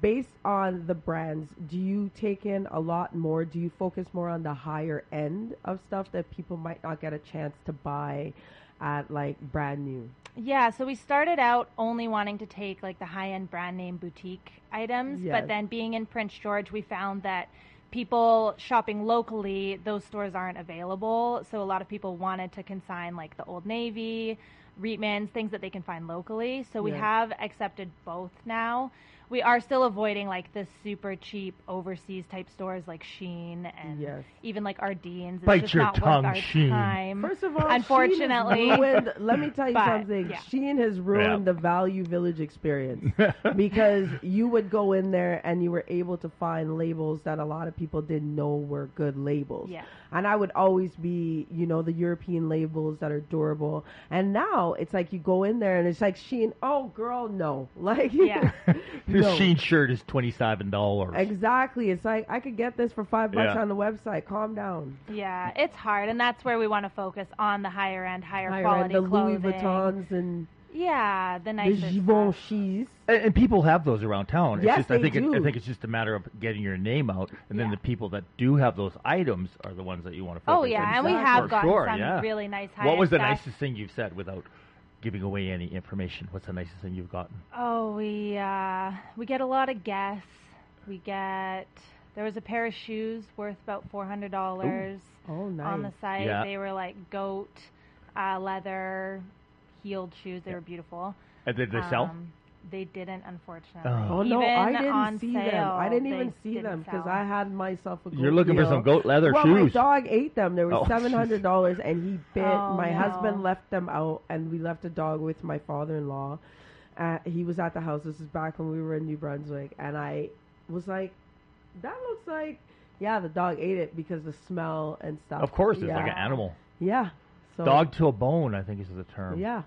B: based on the brands, do you take in a lot more? Do you focus more on the higher end of stuff that people might not get a chance to buy at like brand new?
M: Yeah, so we started out only wanting to take like the high end brand name boutique items,
B: Yes.
M: but then being in Prince George, we found that people shopping locally, those stores aren't available. So a lot of people wanted to consign like the Old Navy, Reitman's, things that they can find locally. So we
N: Yeah.
M: have accepted both now. We are still avoiding like the super cheap overseas type stores like Sheen and
B: Yes.
M: even like Ardennes. It's
B: Bite
M: just
B: your
M: not
B: tongue,
M: worth our
B: Shein.
M: time.
B: First of all, Shein has
M: unfortunately,
B: ruined- let me tell you
M: But,
B: something.
M: yeah.
B: Sheen has ruined the Value Village experience because you would go in there and you were able to find labels that a lot of people didn't know were good labels.
M: Yeah.
B: And I would always be, you know, the European labels that are durable. And now it's like you go in there and it's like Sheen, oh girl, no. Like
M: Yeah.
C: Your
B: No.
C: Sheen shirt is twenty seven dollars.
B: Exactly. It's like I could get this for five bucks
C: Yeah.
B: on the website. Calm down.
M: Yeah, it's hard, and that's where we want to focus on the higher end, higher,
B: Higher end,
M: quality
B: the
M: clothing.
B: Louis Vuittons and
M: Yeah, the
B: the
M: nicest.
B: Givenchy's.
C: And, and people have those around town. It's
B: Yes,
C: just, I
B: they
C: think it- I
B: do.
C: think it's just a matter of getting your name out, and then the people that do have those items are the ones that you want to. Focus
M: Oh yeah,
C: on.
M: and we have
C: For
M: gotten
C: sure,
M: some
C: yeah.
M: really nice high
C: What was the
M: end stuff.
C: nicest thing you've said without giving away any information? What's the nicest thing you've gotten?
M: Oh, we uh, we get a lot of guests. We get there was a pair of shoes worth about four hundred dollars
B: Oh,
M: on the
B: nice.
M: site.
C: Yeah.
M: They were like goat uh, leather heeled shoes. They were beautiful.
C: And Uh, did they sell?
M: Um, They didn't, unfortunately.
B: Oh
M: Even
B: no, I
M: on
B: didn't see them.
M: sale,
B: I didn't
M: they
B: even see
M: didn't
B: them because
M: sell.
B: I had myself a. Goat
C: You're looking for
B: heel.
C: some goat leather
B: well,
C: shoes.
B: my dog ate them. They were
C: Oh,
B: seven hundred dollars, and he bit.
M: Oh,
B: my
M: no.
B: husband left them out, and we left a dog with my father-in-law. Uh, he was at the house. This is back when we were in New Brunswick, and I was like, "That looks like." Yeah, the dog ate it because the smell and
M: Uh,
B: stuff.
C: Of course, it's
B: yeah.
C: like an animal.
B: Yeah. So
C: Dog to a bone, I think is the term.
B: Yeah.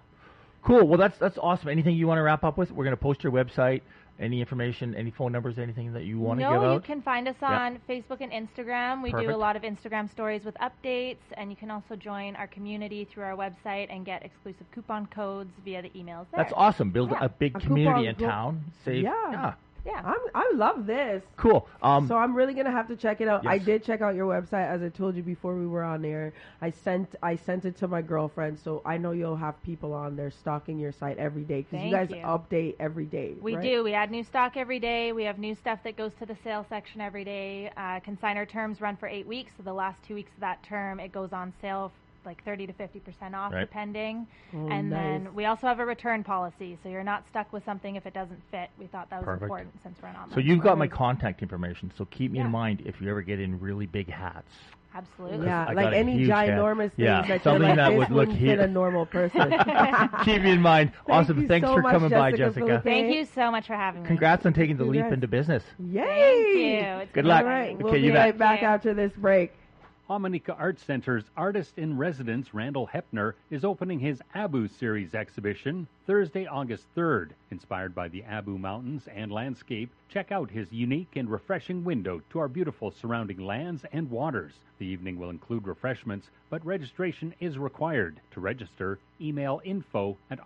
C: Cool. Well, that's that's awesome. Anything you want to wrap up with? We're going to post your website, any information, any phone numbers, anything that you want to
M: no,
C: give
M: you
C: out.
M: can find us
C: Yeah.
M: on Facebook and Instagram. We do
C: Perfect.
M: a lot of Instagram stories with updates, and you can also join our community through our website and get exclusive coupon codes via the emails. There.
C: That's awesome. Build
M: Yeah.
C: a big
M: A
C: community
M: coupon
C: in
M: go-
C: town. Save.
B: Yeah.
M: Yeah.
B: I'm, I love this.
C: Cool. Um,
B: so I'm really gonna have to check it out. I
C: Yes.
B: did check out your website as I told you before we were on air. I sent I sent it to my girlfriend, so I know you'll have people on there stalking your site every day because you
M: Thank
B: guys
M: you.
B: update every day.
M: We
B: right?
M: do. We add new stock every day. We have new stuff that goes to the sale section every day. Uh, consigner terms run for eight weeks, so the last two weeks of that term, it goes on sale f- like 30 to 50% off,
N: Right.
M: depending.
N: Oh,
M: and
N: nice.
M: then we also have a return policy, so you're not stuck with something if it doesn't fit. We thought that was
C: Perfect.
M: important since we're an online.
C: So you've got my
M: store.
C: contact information. So keep me in
M: Yeah.
C: mind if you ever get in really big hats.
M: Absolutely.
B: Yeah,
C: I got
B: like
C: a
B: any
C: huge head.
B: ginormous thing
C: Yeah,
B: that you're
C: something
B: like,
C: that
B: this
C: would look
B: wouldn't
C: here.
B: fit a normal person.
C: keep me in mind.
B: Thank
C: awesome.
B: you
C: Thanks
B: so
C: for
B: much,
C: coming by,
B: Jessica
C: Jessica.
B: Philippe.
M: Thank you so much for having me.
C: Congrats on taking the
B: You
C: leap
B: guys-
C: into business.
B: Yay!
M: you. It's
C: Good luck.
B: All right,
C: Okay,
B: we'll be
C: you bet.
B: right back after this break.
E: Hominica Art Center's artist in residence Randall Hepner is opening his Abu series exhibition Thursday, August 3rd. Inspired by the Abu Mountains and landscape, check out his unique and refreshing window to our beautiful surrounding lands and waters. The evening will include refreshments, but registration is required. To register, email info at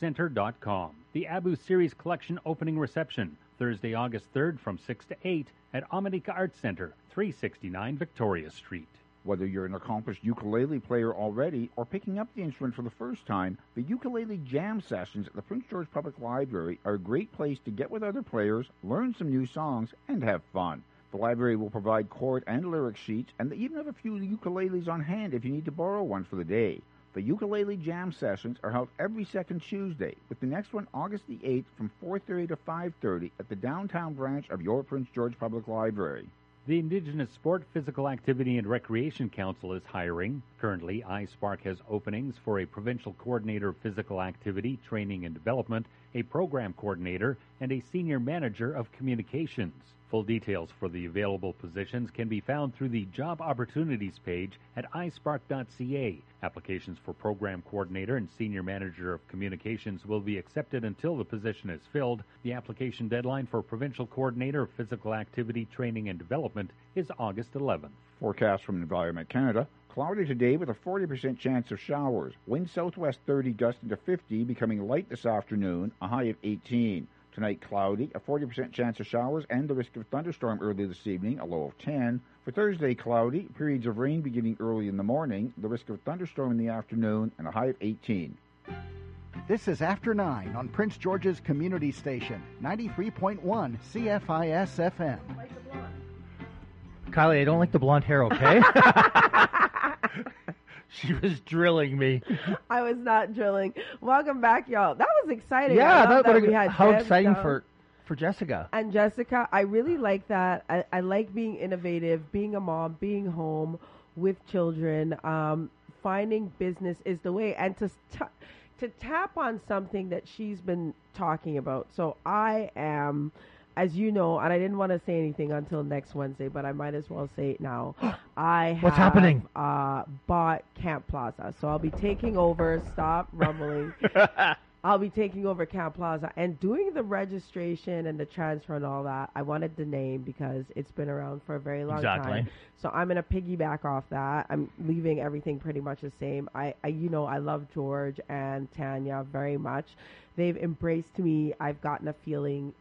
E: omnikaartcenter.com. The Abu series collection opening reception Thursday, August 3rd from 6 to 8 at Amanika Arts Center, 369 Victoria Street.
H: Whether you're an accomplished ukulele player already or picking up the instrument for the first time, the ukulele jam sessions at the Prince George Public Library are a great place to get with other players, learn some new songs, and have fun. The library will provide chord and lyric sheets, and they even have a few ukuleles on hand if you need to borrow one for the day. The ukulele jam sessions are held every second Tuesday, with the next one August the 8th from 4:30 to 5:30 at the downtown branch of your Prince George Public Library.
E: The Indigenous Sport, Physical Activity, and Recreation Council is hiring. Currently, iSpark has openings for a provincial coordinator of physical activity, training, and development, a program coordinator, and a senior manager of communications. Full details for the available positions can be found through the job opportunities page at iSpark.ca. Applications for program coordinator and senior manager of communications will be accepted until the position is filled. The application deadline for provincial coordinator of physical activity, training, and development is August 11th.
H: Forecast from Environment Canada. Cloudy today with a 40% chance of showers. Wind southwest 30 gusting to 50, becoming light this afternoon, a high of 18. Tonight cloudy, a 40% chance of showers and the risk of thunderstorm early this evening, a low of 10. For Thursday cloudy, periods of rain beginning early in the morning, the risk of thunderstorm in the afternoon, and a high of 18.
A: This is After 9 on Prince George's Community Station, 93.1 CFIS FM.
C: Kylie, I don't like the blonde hair, okay? she was drilling me.
B: I was not drilling. Welcome back, y'all. That was exciting. I
C: yeah,
B: love
C: that,
B: that
C: would
B: we had
C: how
B: Deb
C: exciting
B: down.
C: for for Jessica.
B: And Jessica, I really like that. I, I like being innovative, being a mom, being home with children. Um, finding business is the way, and to st- to tap on something that she's been talking about. So I am, as you know, and I didn't want to say anything until next Wednesday, but I might as well say it now. I
C: What's
B: have,
C: happening?
B: Uh, bought Camp Plaza, so I'll be taking over. Stop rumbling. I'll be taking over Camp Plaza and doing the registration and the transfer and all that. I wanted the name because it's been around for a very long
C: Exactly.
B: time. So I'm gonna piggyback off that. I'm leaving everything pretty much the same. I, I you know, I love George and Tanya very much. They've embraced me. I've gotten a feeling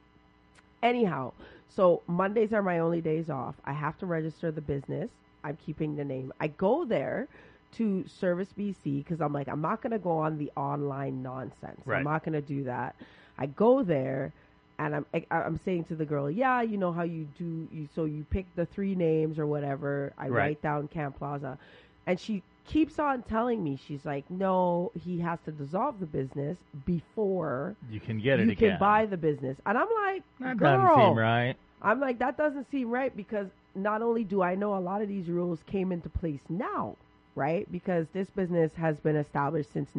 B: Anyhow, so Mondays are my only days off. I have to register the business. I'm keeping the name. I go there to Service BC because I'm like, I'm not going to go on the online nonsense.
N: Right.
B: I'm not going to do that. I go there and I'm I, I'm saying to the girl, yeah, you know how you do you so you pick the three names or whatever. I
N: Right.
B: write down Camp Plaza, and she keeps on telling me she's like, no, he has to dissolve the business before
C: You can get it
B: you
C: again.
B: can buy the business. And I'm like,
C: that
B: girl,
C: doesn't seem right.
B: I'm like, that doesn't seem right because not only do I know a lot of these rules came into place now, right? Because this business has been established since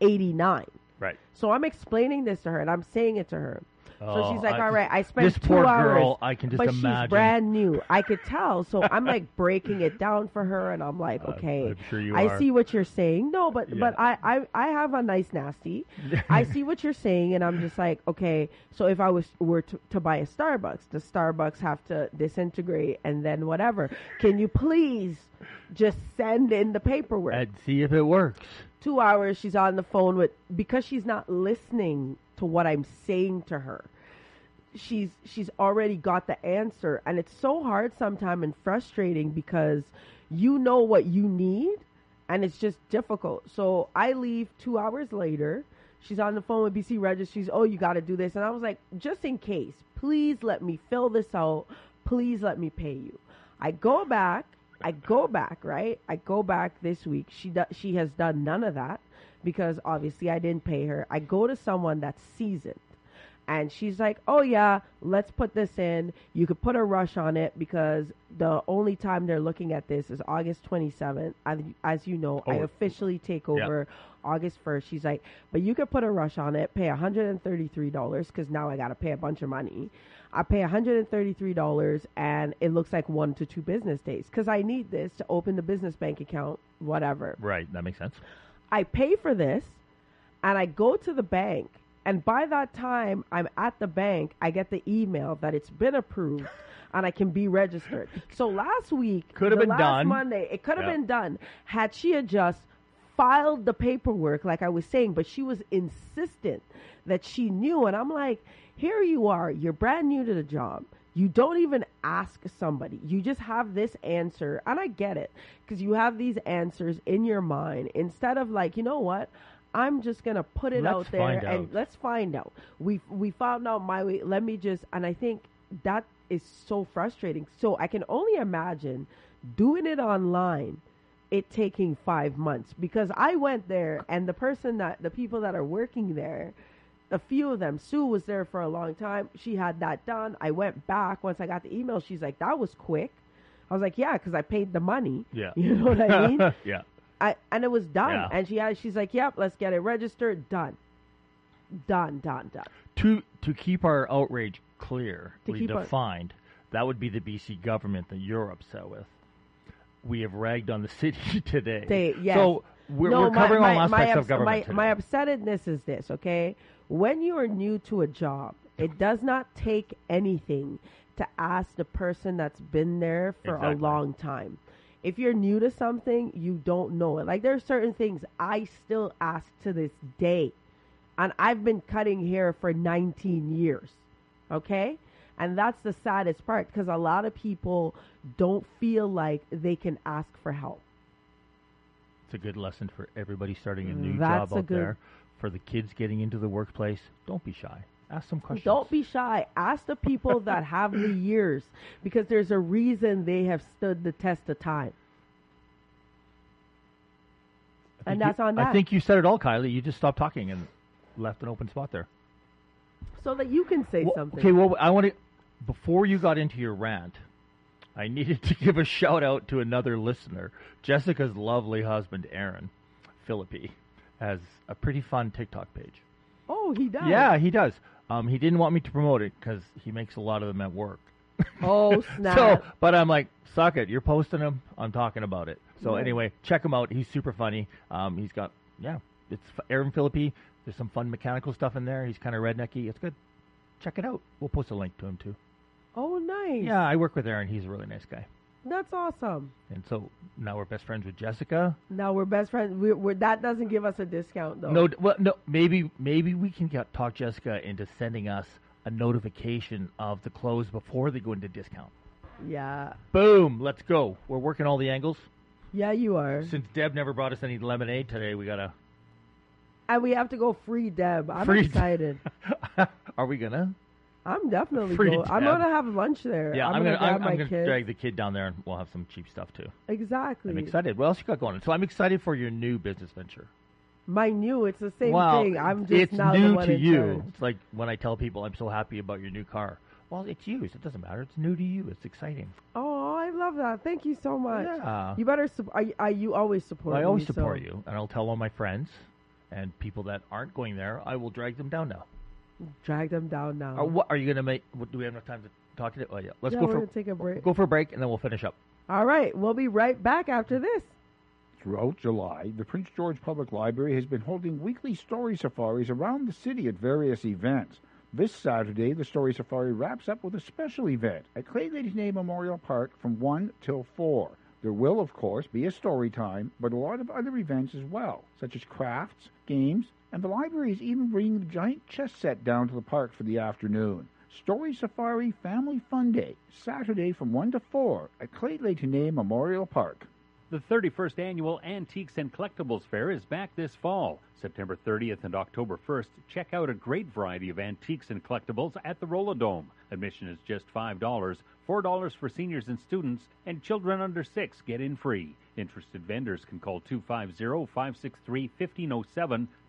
B: 1989.
C: Right.
B: So I'm explaining this to her and I'm saying it to her. so
C: Oh,
B: she's like,
C: I
B: all
C: just-
B: right, I spent
C: this
B: two
C: poor
B: hours.
C: girl, I can just
B: but
C: imagine."
B: she's brand new. I could tell. So I'm like breaking it down for her, and I'm like, okay,
C: Uh, I'm sure you
B: I
C: are.
B: see what you're saying. No, but
C: Yeah.
B: but I, I I have a nice nasty. I see what you're saying, and I'm just like, okay. So if I was were to, to buy a Starbucks, does Starbucks have to disintegrate and then whatever? Can you please just send in the paperwork?
C: And see if it works.
B: two hours she's on the phone with because she's not listening to what i'm saying to her she's she's already got the answer and it's so hard sometimes and frustrating because you know what you need and it's just difficult so i leave two hours later she's on the phone with bc registries oh you got to do this and i was like just in case please let me fill this out please let me pay you i go back I go back, right? I go back this week. She do, she has done none of that because obviously I didn't pay her. I go to someone that's seasoned. And she's like, "Oh yeah, let's put this in. You could put a rush on it because the only time they're looking at this is August 27th. And as you know, I
N: Oh.
B: officially take
N: Yeah.
B: over August 1st. She's like, "But you could put a rush on it. Pay $133 because now I got to pay a bunch of money. I pay $133 and it looks like one to two business days because I need this to open the business bank account, whatever.
C: Right, that makes sense.
B: I pay for this and I go to the bank. And by that time, I'm at the bank. I get the email that it's been approved and I can be registered. So last week,
C: Could have
B: the
C: been
B: last
C: done.
B: Monday, it could have
C: Yeah.
B: been done had she had just filed the paperwork, like I was saying. But she was insistent that she knew. And I'm like, here you are. You're brand new to the job. You don't even ask somebody. You just have this answer. And I get it because you have these answers in your mind instead of like, you know what? I'm just going to put it
N: Let's
B: out there
N: find
B: and
N: out.
B: let's find out. We we found out my way. Let me just and I think that is so frustrating. So I can only imagine doing it online it taking five months because I went there and the person that the people that are working there, a few of them, Sue was there for a long time. She had that done. I went back once I got the email. She's like, that was quick. I was like, yeah, because I paid the money.
C: Yeah.
B: You know what I mean?
C: yeah.
B: I and it was done.
C: Yeah.
B: And she had, she's like, yep, let's get it registered. Done. Done. Done. Done.
C: To to keep our outrage clear,
B: To
C: we
B: keep our-
C: defined that would be the BC government that you're upset with. We have ragged on the city today.
B: They, yes.
C: So we're,
B: No,
C: we're
B: my-
C: covering
B: my-
C: all
B: my
C: aspects of
B: ups-
C: government
B: My, my upsetness is this, okay? When you are new to a job, it does not take anything to ask the person that's been there for
N: Exactly.
B: a long time. If you're new to something, you don't know it. Like there are certain things I still ask to this day. And I've been cutting hair for 19 years. Okay? And that's the saddest part because a lot of people don't feel like they can ask for help.
C: It's a good lesson for everybody starting a new
B: Mm, That's
C: job
B: a
C: out
B: good-
C: there. For the kids getting into the workplace, don't be shy. Ask some questions.
B: Don't be shy. Ask the people that have the years because there's a reason they have stood the test of time. And
C: think
B: that's
C: you-
B: on that.
C: I think you said it all, Kylie. You just stopped talking and left an open spot there.
B: so that you can say something.
C: Okay, well, I want to. Before you got into your rant, I needed to give a shout out to another listener. Jessica's lovely husband, Aaron Philippi, has a pretty fun TikTok page.
B: oh, he does.
C: Yeah, he does. Um, he didn't want me to promote it because he makes a lot of them at work.
B: Oh,
C: So,
B: snap.
C: but I'm like, suck it. You're posting them. I'm talking about it. So
B: Yeah.
C: anyway, check him out. He's super funny. Um, he's got yeah, it's f- Aaron Philippi. There's some fun mechanical stuff in there. He's kind of rednecky. It's good. Check it out. We'll post a link to him too.
B: oh, nice.
C: Yeah, I work with Aaron. He's a really nice guy.
B: That's awesome.
C: And so now we're best friends with Jessica.
B: Now we're best friends. We're, we're, that doesn't give us a discount, though.
C: No, d- well, no, maybe maybe we can get, talk Jessica into sending us a notification of the close before they go into discount.
B: Yeah.
C: Boom, let's go. We're working all the angles.
B: Yeah, you are.
C: Since Deb never brought us any lemonade today, we gotta.
B: And we have to go free Deb. I'm
C: Free Deb.
B: excited.
C: Are we gonna?
B: I'm definitely
C: Free
B: going. I'm
C: Deb.
B: going to have lunch there.
C: Yeah,
B: I'm,
C: I'm
B: going to grab
C: I'm,
B: my
C: I'm gonna
B: kids.
C: drag the kid down there, and we'll have some cheap stuff too.
B: Exactly.
C: I'm excited. What else you got going? on? So I'm excited for your new business venture.
B: My new, it's the same
C: wow,
B: thing. I'm just
C: it's
B: now
C: new
B: the one
C: to
B: in
C: you.
B: charge.
C: It's like when I tell people I'm so happy about your new car. Well, it's used. It doesn't matter. It's new to you. It's exciting.
B: Oh, I love that. Thank you so much.
C: Yeah.
B: You better. Su- I, I, you always support.
C: I
B: me,
C: always
B: so-
C: support you, and I'll tell all my friends and people that aren't going there. I will drag them down now.
B: Drag them down now.
C: Are, what are you gonna make? What, do we have enough time to talk to? Oh yeah, let's
B: Oh. Yeah,
C: go
B: we're
C: for
B: gonna take a break.
C: Go for a break, and then we'll finish up.
B: All right, we'll be right back after this.
H: Throughout July, the Prince George Public Library has been holding weekly story safaris around the city at various events. This Saturday, the story safari wraps up with a special event at Clay Ladies Day Memorial Park from 1 till 4. There will, of course, be a story time, but a lot of other events as well, such as crafts, games, and the library is even bringing the giant chess set down to the park for the afternoon. Story Safari Family Fun Day, Saturday from 1 to 4 at Clay Ladies Day Memorial Park.
E: The 31st Annual Antiques and Collectibles Fair is back this fall. September 30th and October 1st, check out a great variety of antiques and collectibles at the Rolodome. Admission is just $5, $4 for seniors and students, and children under 6 get in free. Interested vendors can call 250-563-1507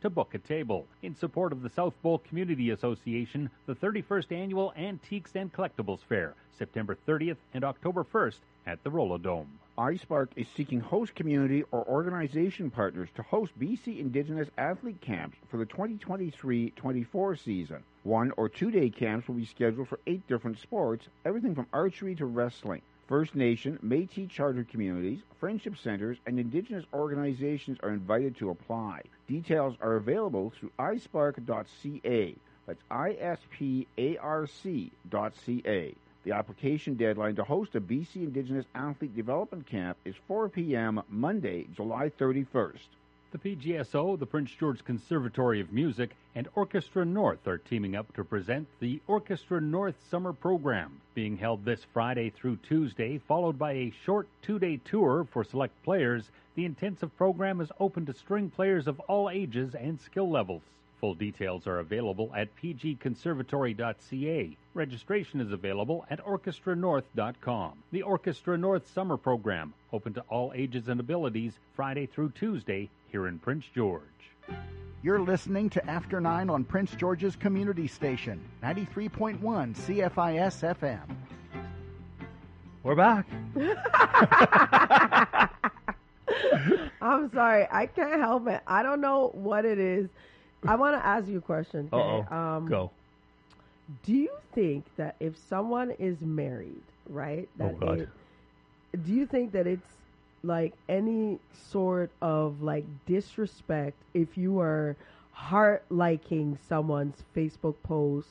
E: to book a table. In support of the South Bowl Community Association, the 31st Annual Antiques and Collectibles Fair, September 30th and October 1st at the Rolodome.
H: iSpark is seeking host community or organization partners to host BC Indigenous athlete camps for the 2023 24 season. One or two day camps will be scheduled for eight different sports, everything from archery to wrestling. First Nation, Metis charter communities, friendship centers, and Indigenous organizations are invited to apply. Details are available through ispark.ca. That's isparc.ca. The application deadline to host a BC Indigenous Athlete Development Camp is 4 p.m. Monday, July 31st.
E: The PGSO, the Prince George Conservatory of Music, and Orchestra North are teaming up to present the Orchestra North Summer Program, being held this Friday through Tuesday, followed by a short two day tour for select players. The intensive program is open to string players of all ages and skill levels. Full details are available at pgconservatory.ca. Registration is available at orchestranorth.com. The Orchestra North Summer Program, open to all ages and abilities, Friday through Tuesday here in Prince George.
A: You're listening to After 9 on Prince George's Community Station, 93.1 CFIS FM.
C: We're back.
B: I'm sorry, I can't help it. I don't know what it is. I want to ask you a question. okay? Um,
C: Uh-oh. Go.
B: Do you think that if someone is married, right?
C: Oh,
B: That
C: God.
B: it- do you think that it's like any sort of like disrespect if you are heart liking someone's Facebook post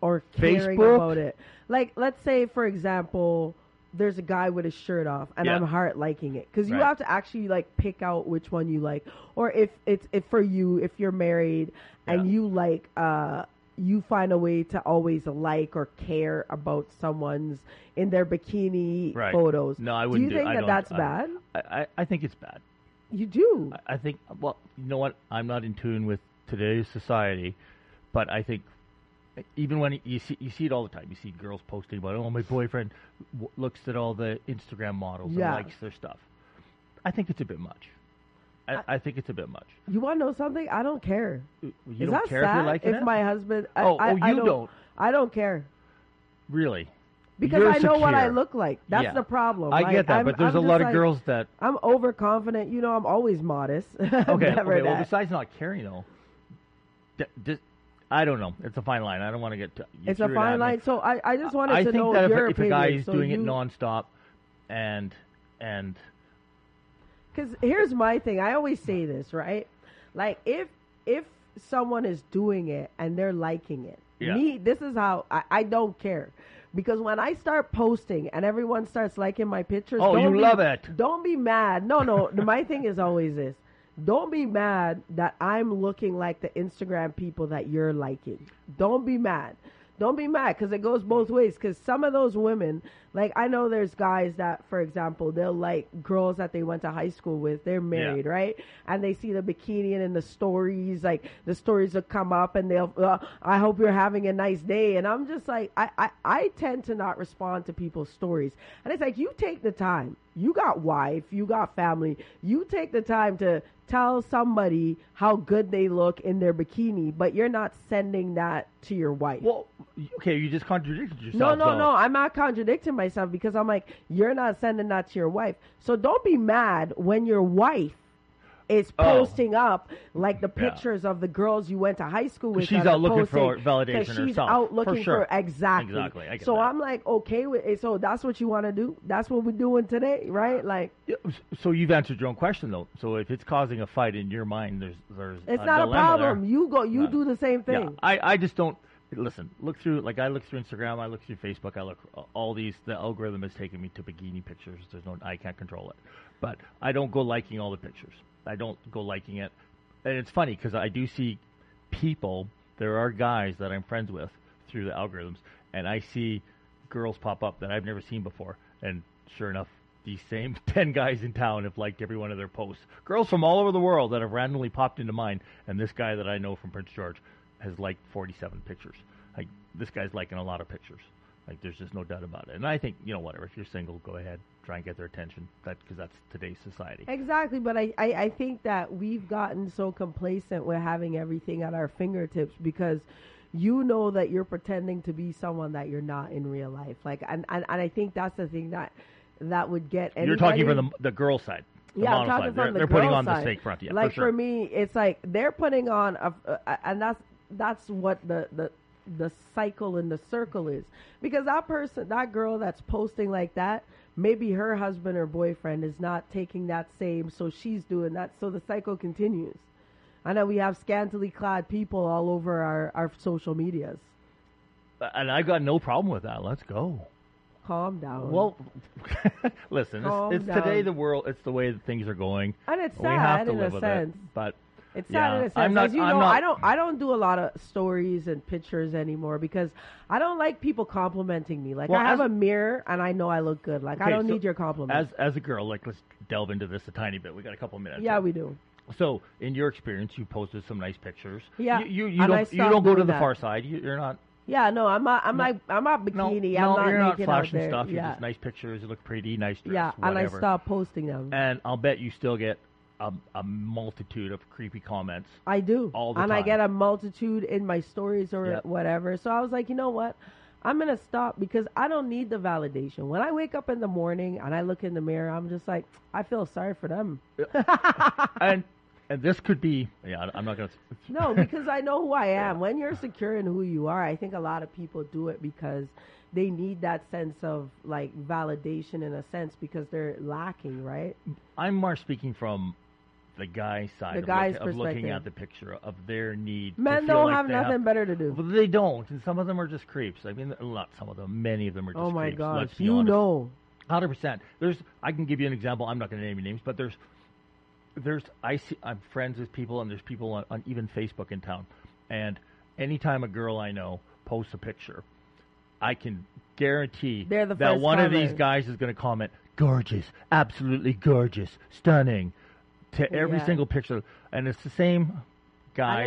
B: or caring
N: Facebook?
B: about it? Like, let's say for example. There's a guy with his shirt off, and
N: Yeah.
B: I'm heart liking it because you
N: Right.
B: have to actually like pick out which one you like, or if it's if for you if you're married and you like uh you find a way to always like or care about someone's in their bikini
C: Right.
B: photos.
C: No, I
B: do you
C: wouldn't.
B: think
C: I
B: that
C: don't-
B: that's
C: I-
B: bad?
C: I, I, I think it's bad.
B: You do.
C: I think. Well, you know what? I'm not in tune with today's society, but I think even when you see you see it all the time, you see girls posting about, oh, my boyfriend w- looks at all the Instagram models
B: Yeah.
C: and likes their stuff. I think it's a bit much. I, I, think it's a bit much.
B: You want to know something? I don't care.
C: You
B: Is
C: don't
B: that
C: care
B: sad
C: if you're liking it?
B: my husband? I,
C: Oh,
B: I,
C: oh,
B: I
C: you don't.
B: I don't care
C: really.
B: because
C: You're
B: I know what I
C: secure.
B: look like. That's
C: Yeah.
B: the problem.
C: I
B: Like,
C: get that,
B: I'm-
C: but there's
B: I'm
C: a
B: just
C: lot of
B: like-
C: girls that
B: I'm overconfident. You know, I'm always modest. okay,
C: okay,
B: never
C: okay well,
B: that.
C: besides not caring, though, d- d- I don't know. It's a fine line. I don't want to get. T- you
B: it's a
C: threw it at
B: fine
C: me.
B: line. So I, I just wanted
C: I
B: to
C: think
B: know
C: that if,
B: your
C: if a
B: opinion.
C: guy is
B: So
C: doing it
B: you-
C: nonstop, and and
B: Because here's my thing. I always say this, right? Like if if someone is doing it and they're liking it,
N: Yeah.
B: me this is how I, I don't care. Because when I start posting and everyone starts liking my pictures,
N: Oh,
B: don't
N: you
B: be-
N: love it.
B: Don't be mad. No, no. my thing is always this: don't be mad that I'm looking like the Instagram people that you're liking. Don't be mad. Don't be mad because it goes both ways. Because some of those women, like I know, there's guys that, for example, they'll like girls that they went to high school with. They're married, right? And they see the bikini and in the stories, like the stories will come up, and they'll, uh, I hope you're having a nice day. And I'm just like, I, I, I tend to not respond to people's stories, and it's like you take the time. You got wife, you got family. You take the time to tell somebody how good they look in their bikini, but you're not sending that to your wife.
C: Well, okay, you just contradicted yourself.
B: no, no,
C: though.
B: no. I'm not contradicting myself because I'm like, you're not sending that to your wife. So don't be mad when your wife is posting up like the
C: Oh. Yeah.
B: pictures of the girls you went to high school with.
C: She's
B: that are
C: out looking for
B: posting,
C: validation
B: 'cause she's
C: herself,
B: out
C: for
B: looking
C: sure.
B: exactly.
C: Exactly, I get
B: so
C: that.
B: I'm like, okay with it. So that's what you want to do. That's what we're doing today, right? Like.
C: So you've answered your own question though. So if it's causing a fight in your mind, there's there's
B: It's
C: a
B: not a
C: dilemma there.
B: problem. You go. You
C: No.
B: do the same
C: Yeah,
B: thing.
C: I, I just don't listen. Look through like I look through Instagram, I look through Facebook, I look all these. The algorithm is taking me to bikini pictures. There's no I can't control it, but I don't go liking all the pictures. I don't go liking it, and it's funny because I do see people. There are guys that I'm friends with through the algorithms, and I see girls pop up that I've never seen before, and sure enough. These same ten guys in town have liked every one of their posts. Girls from all over the world that have randomly popped into mine, and this guy that I know from Prince George has liked 47 pictures. Like this guy's liking a lot of pictures. Like there's just no doubt about it. And I think you know whatever. If you're single, go ahead, try and get their attention. That because that's today's society.
B: Exactly, but I, I, I think that we've gotten so complacent with having everything at our fingertips because you know that you're pretending to be someone that you're not in real life. Like, and, and, and I think that's the thing that that would get anybody.
C: You're talking from the the girl side. The
B: yeah, I'm
C: model
B: talking
C: side.
B: from
C: they're
B: the
C: they're putting
B: girl
C: on
B: side.
C: the fake front. Yeah,
B: like
C: for sure.
B: me, it's like they're putting on a, a and that's that's what the the the cycle and the circle is because that person, that girl that's posting like that, maybe her husband or boyfriend is not taking that same, so she's doing that, so the cycle continues. I know we have scantily clad people all over our, our social medias.
C: and I got no problem with that. Let's go.
B: Calm down.
C: Well, Listen,
B: Calm
C: it's, it's today
B: down.
C: the world. It's the way that things are going.
B: And it's
C: we have
B: sad
C: to
B: in a
C: live with
B: sense.
C: it. But
B: It's
C: yeah,
B: not in a sense.
C: I'm not.
B: As you
C: I'm
B: know,
C: not,
B: I don't. I don't do a lot of stories and pictures anymore because I don't like people complimenting me. Like
C: Well,
B: I have
C: as-
B: a mirror and I know I look good. Like I
C: Okay,
B: don't
C: so
B: need your compliments.
C: As as a girl, like let's delve into this a tiny bit. We got a couple minutes.
B: yeah, we do.
C: So, in your experience, you posted some nice pictures.
B: Yeah,
C: You you, you
B: and I
C: don't you
B: stopped
C: don't go to
B: doing
C: the
B: that.
C: far side. You, you're not
B: Yeah, no, I'm not. I'm not. I'm not bikini.
C: no,
B: I'm not
C: you're not
B: naked out
C: flashing
B: there.
C: stuff. You're
B: yeah,
C: just nice pictures. You look pretty, nice dress,
B: yeah, and I
C: whatever.
B: stopped posting them.
C: And I'll bet you still get a, a multitude of creepy comments.
B: I do.
C: All the
B: and I
C: time.
B: get a multitude in my stories or
C: Yep.
B: whatever. So I was like, you know what? I'm gonna stop because I don't need the validation. When I wake up in the morning and I look in the mirror, I'm just like, I feel sorry for them.
C: and and this could be yeah. I- I'm not gonna.
B: No, because I know who I am. When you're secure in who you are, I think a lot of people do it because they need that sense of like validation in a sense because they're lacking, right?
C: I'm more speaking from the guy side.
B: The
C: of,
B: guy's
C: look, of looking
B: perspective.
C: at the picture of their need. to
B: Men
C: feel
B: don't
C: like
B: have
C: they
B: nothing better to do.
C: Well, they don't, and some of them are just creeps. I mean, not some of them. Many of them are just
B: Oh my
C: creeps.
B: gosh,
C: Let's be
B: you
C: honest.
B: know.
C: Hundred percent. There's. I can give you an example. I'm not going to name any names, but there's. There's. I see. I'm friends with people, and there's people on, on even Facebook in town. And anytime a girl I know posts a picture, I can guarantee
B: They're the
C: that
B: first
C: one of these
B: commenter.
C: guys is going to comment, "Gorgeous, absolutely gorgeous, stunning," to every
B: Yeah.
C: single picture, and it's the same guys.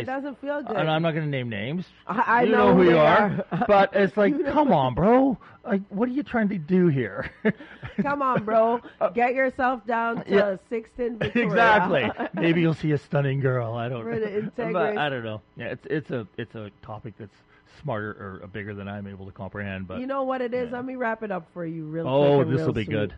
B: And it doesn't feel good.
C: And I'm not going to name names.
B: I- I
C: you
B: know
C: who
B: who
C: you
B: they
C: are.
B: are.
C: but it's like,
B: You know
C: come
B: who-
C: on, bro. Like, what are you trying to do here?
B: Come on, bro. Get yourself down to
C: Yeah.
B: Sixton Victoria.
C: exactly. Maybe you'll see a stunning girl. I don't
B: For
C: know.
B: the
C: But
B: integrity.
C: I don't know. Yeah, it's it's a it's a topic that's smarter or uh, bigger than I'm able to comprehend. But
B: you know what it is? Let me wrap it up for you real
C: oh,
B: quick. and
C: this will
B: real
C: be
B: sweet.
C: good.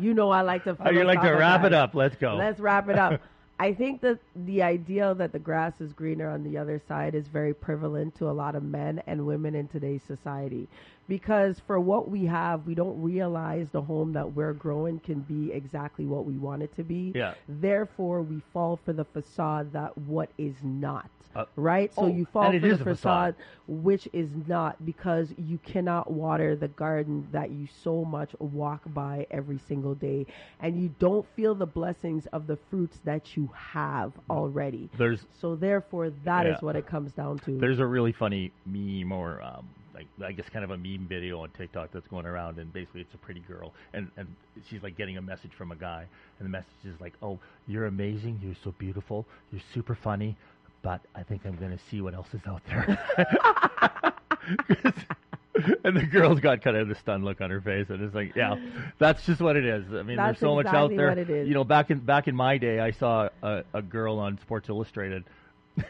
B: You know I like to
C: Oh, you like to
B: philosophize.
C: wrap it up. Let's go.
B: Let's wrap it up. I think that the ideal that the grass is greener on the other side is very prevalent to a lot of men and women in today's society. Because for what we have, we don't realize the home that we're growing can be exactly what we want it to be.
N: Yeah.
B: Therefore, we fall for the facade that what is not.
N: Uh,
B: right? So
N: oh,
B: you fall
N: and
B: for
N: it
B: the
N: is a facade.
B: facade, which is not because you cannot water the garden that you so much walk by every single day and you don't feel the blessings of the fruits that you have already.
C: There's-
B: so therefore that is
C: Yeah.
B: what it comes down to.
C: There's a really funny meme or um, like I guess kind of a meme video on TikTok that's going around, and basically it's a pretty girl, and and she's like getting a message from a guy, and the message is like, "Oh, you're amazing, you're so beautiful, you're super funny, but I think I'm gonna see what else is out there." and the girl's got kind of the stunned look on her face, and it's like, yeah, that's just what it is. I mean,
B: That's
C: there's so much out
B: exactly
C: there.
B: what it is.
C: You know, back in back in my day, I saw a, a girl on Sports Illustrated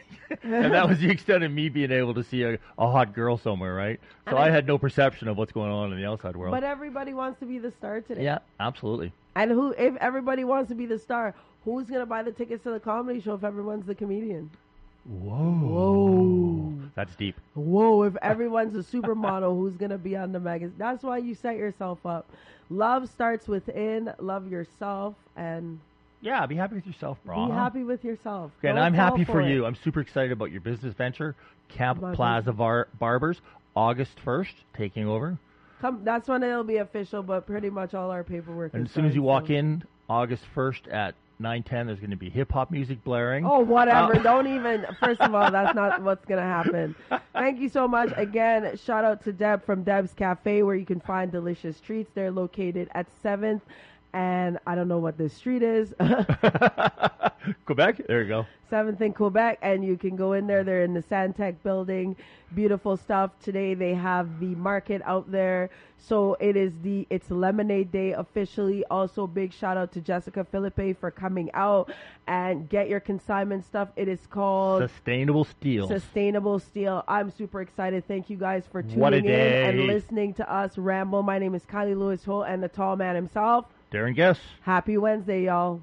C: and that was the extent of me being able to see a, a hot girl somewhere, right? So
B: And
C: I,
B: I-
C: had no perception of what's going on in the outside world.
B: but everybody wants to be the star today.
C: yeah, absolutely.
B: And who if everybody wants to be the star, who's going to buy the tickets to the comedy show if everyone's the comedian?
C: Whoa.
B: Whoa.
C: That's deep.
B: Whoa, if everyone's a supermodel, who's going to be on the magazine? That's why you set yourself up. Love starts within. Love yourself and
C: Yeah, be happy with yourself, bro.
B: be happy with yourself.
C: Okay, and
B: Don't
C: I'm
B: fall
C: happy for,
B: it.
C: you. I'm super excited about your business venture, Camp
B: My
C: Plaza Bar- Barbers, August 1st, taking over.
B: Come, that's when it'll be official, but pretty much all our paperwork
C: And
B: is
C: as soon as
B: done,
C: you walk
B: so-
C: in, August 1st at 9:10, there's going to be hip hop music blaring.
B: Oh, whatever.
C: Uh,
B: Don't even. First of all, that's not what's going to happen. Thank you so much. Again, shout out to Deb from Deb's Cafe, where you can find delicious treats. They're located at 7th, and I don't know what this street is.
C: Quebec. There you go.
B: Seventh in Quebec, and you can go in there. They're in the Santec building. Beautiful stuff. Today they have the market out there. So it is the it's lemonade day officially. Also big shout out to Jessica Philippe for coming out and get your consignment stuff. It is called
C: Sustainable steel.
B: Sustainable Steel. I'm super excited. Thank you guys for tuning
C: What a
B: in
C: day.
B: and listening to us ramble. My name is Kylie Lewis Holt and the tall man himself.
C: Darren Guess.
B: Happy Wednesday, y'all.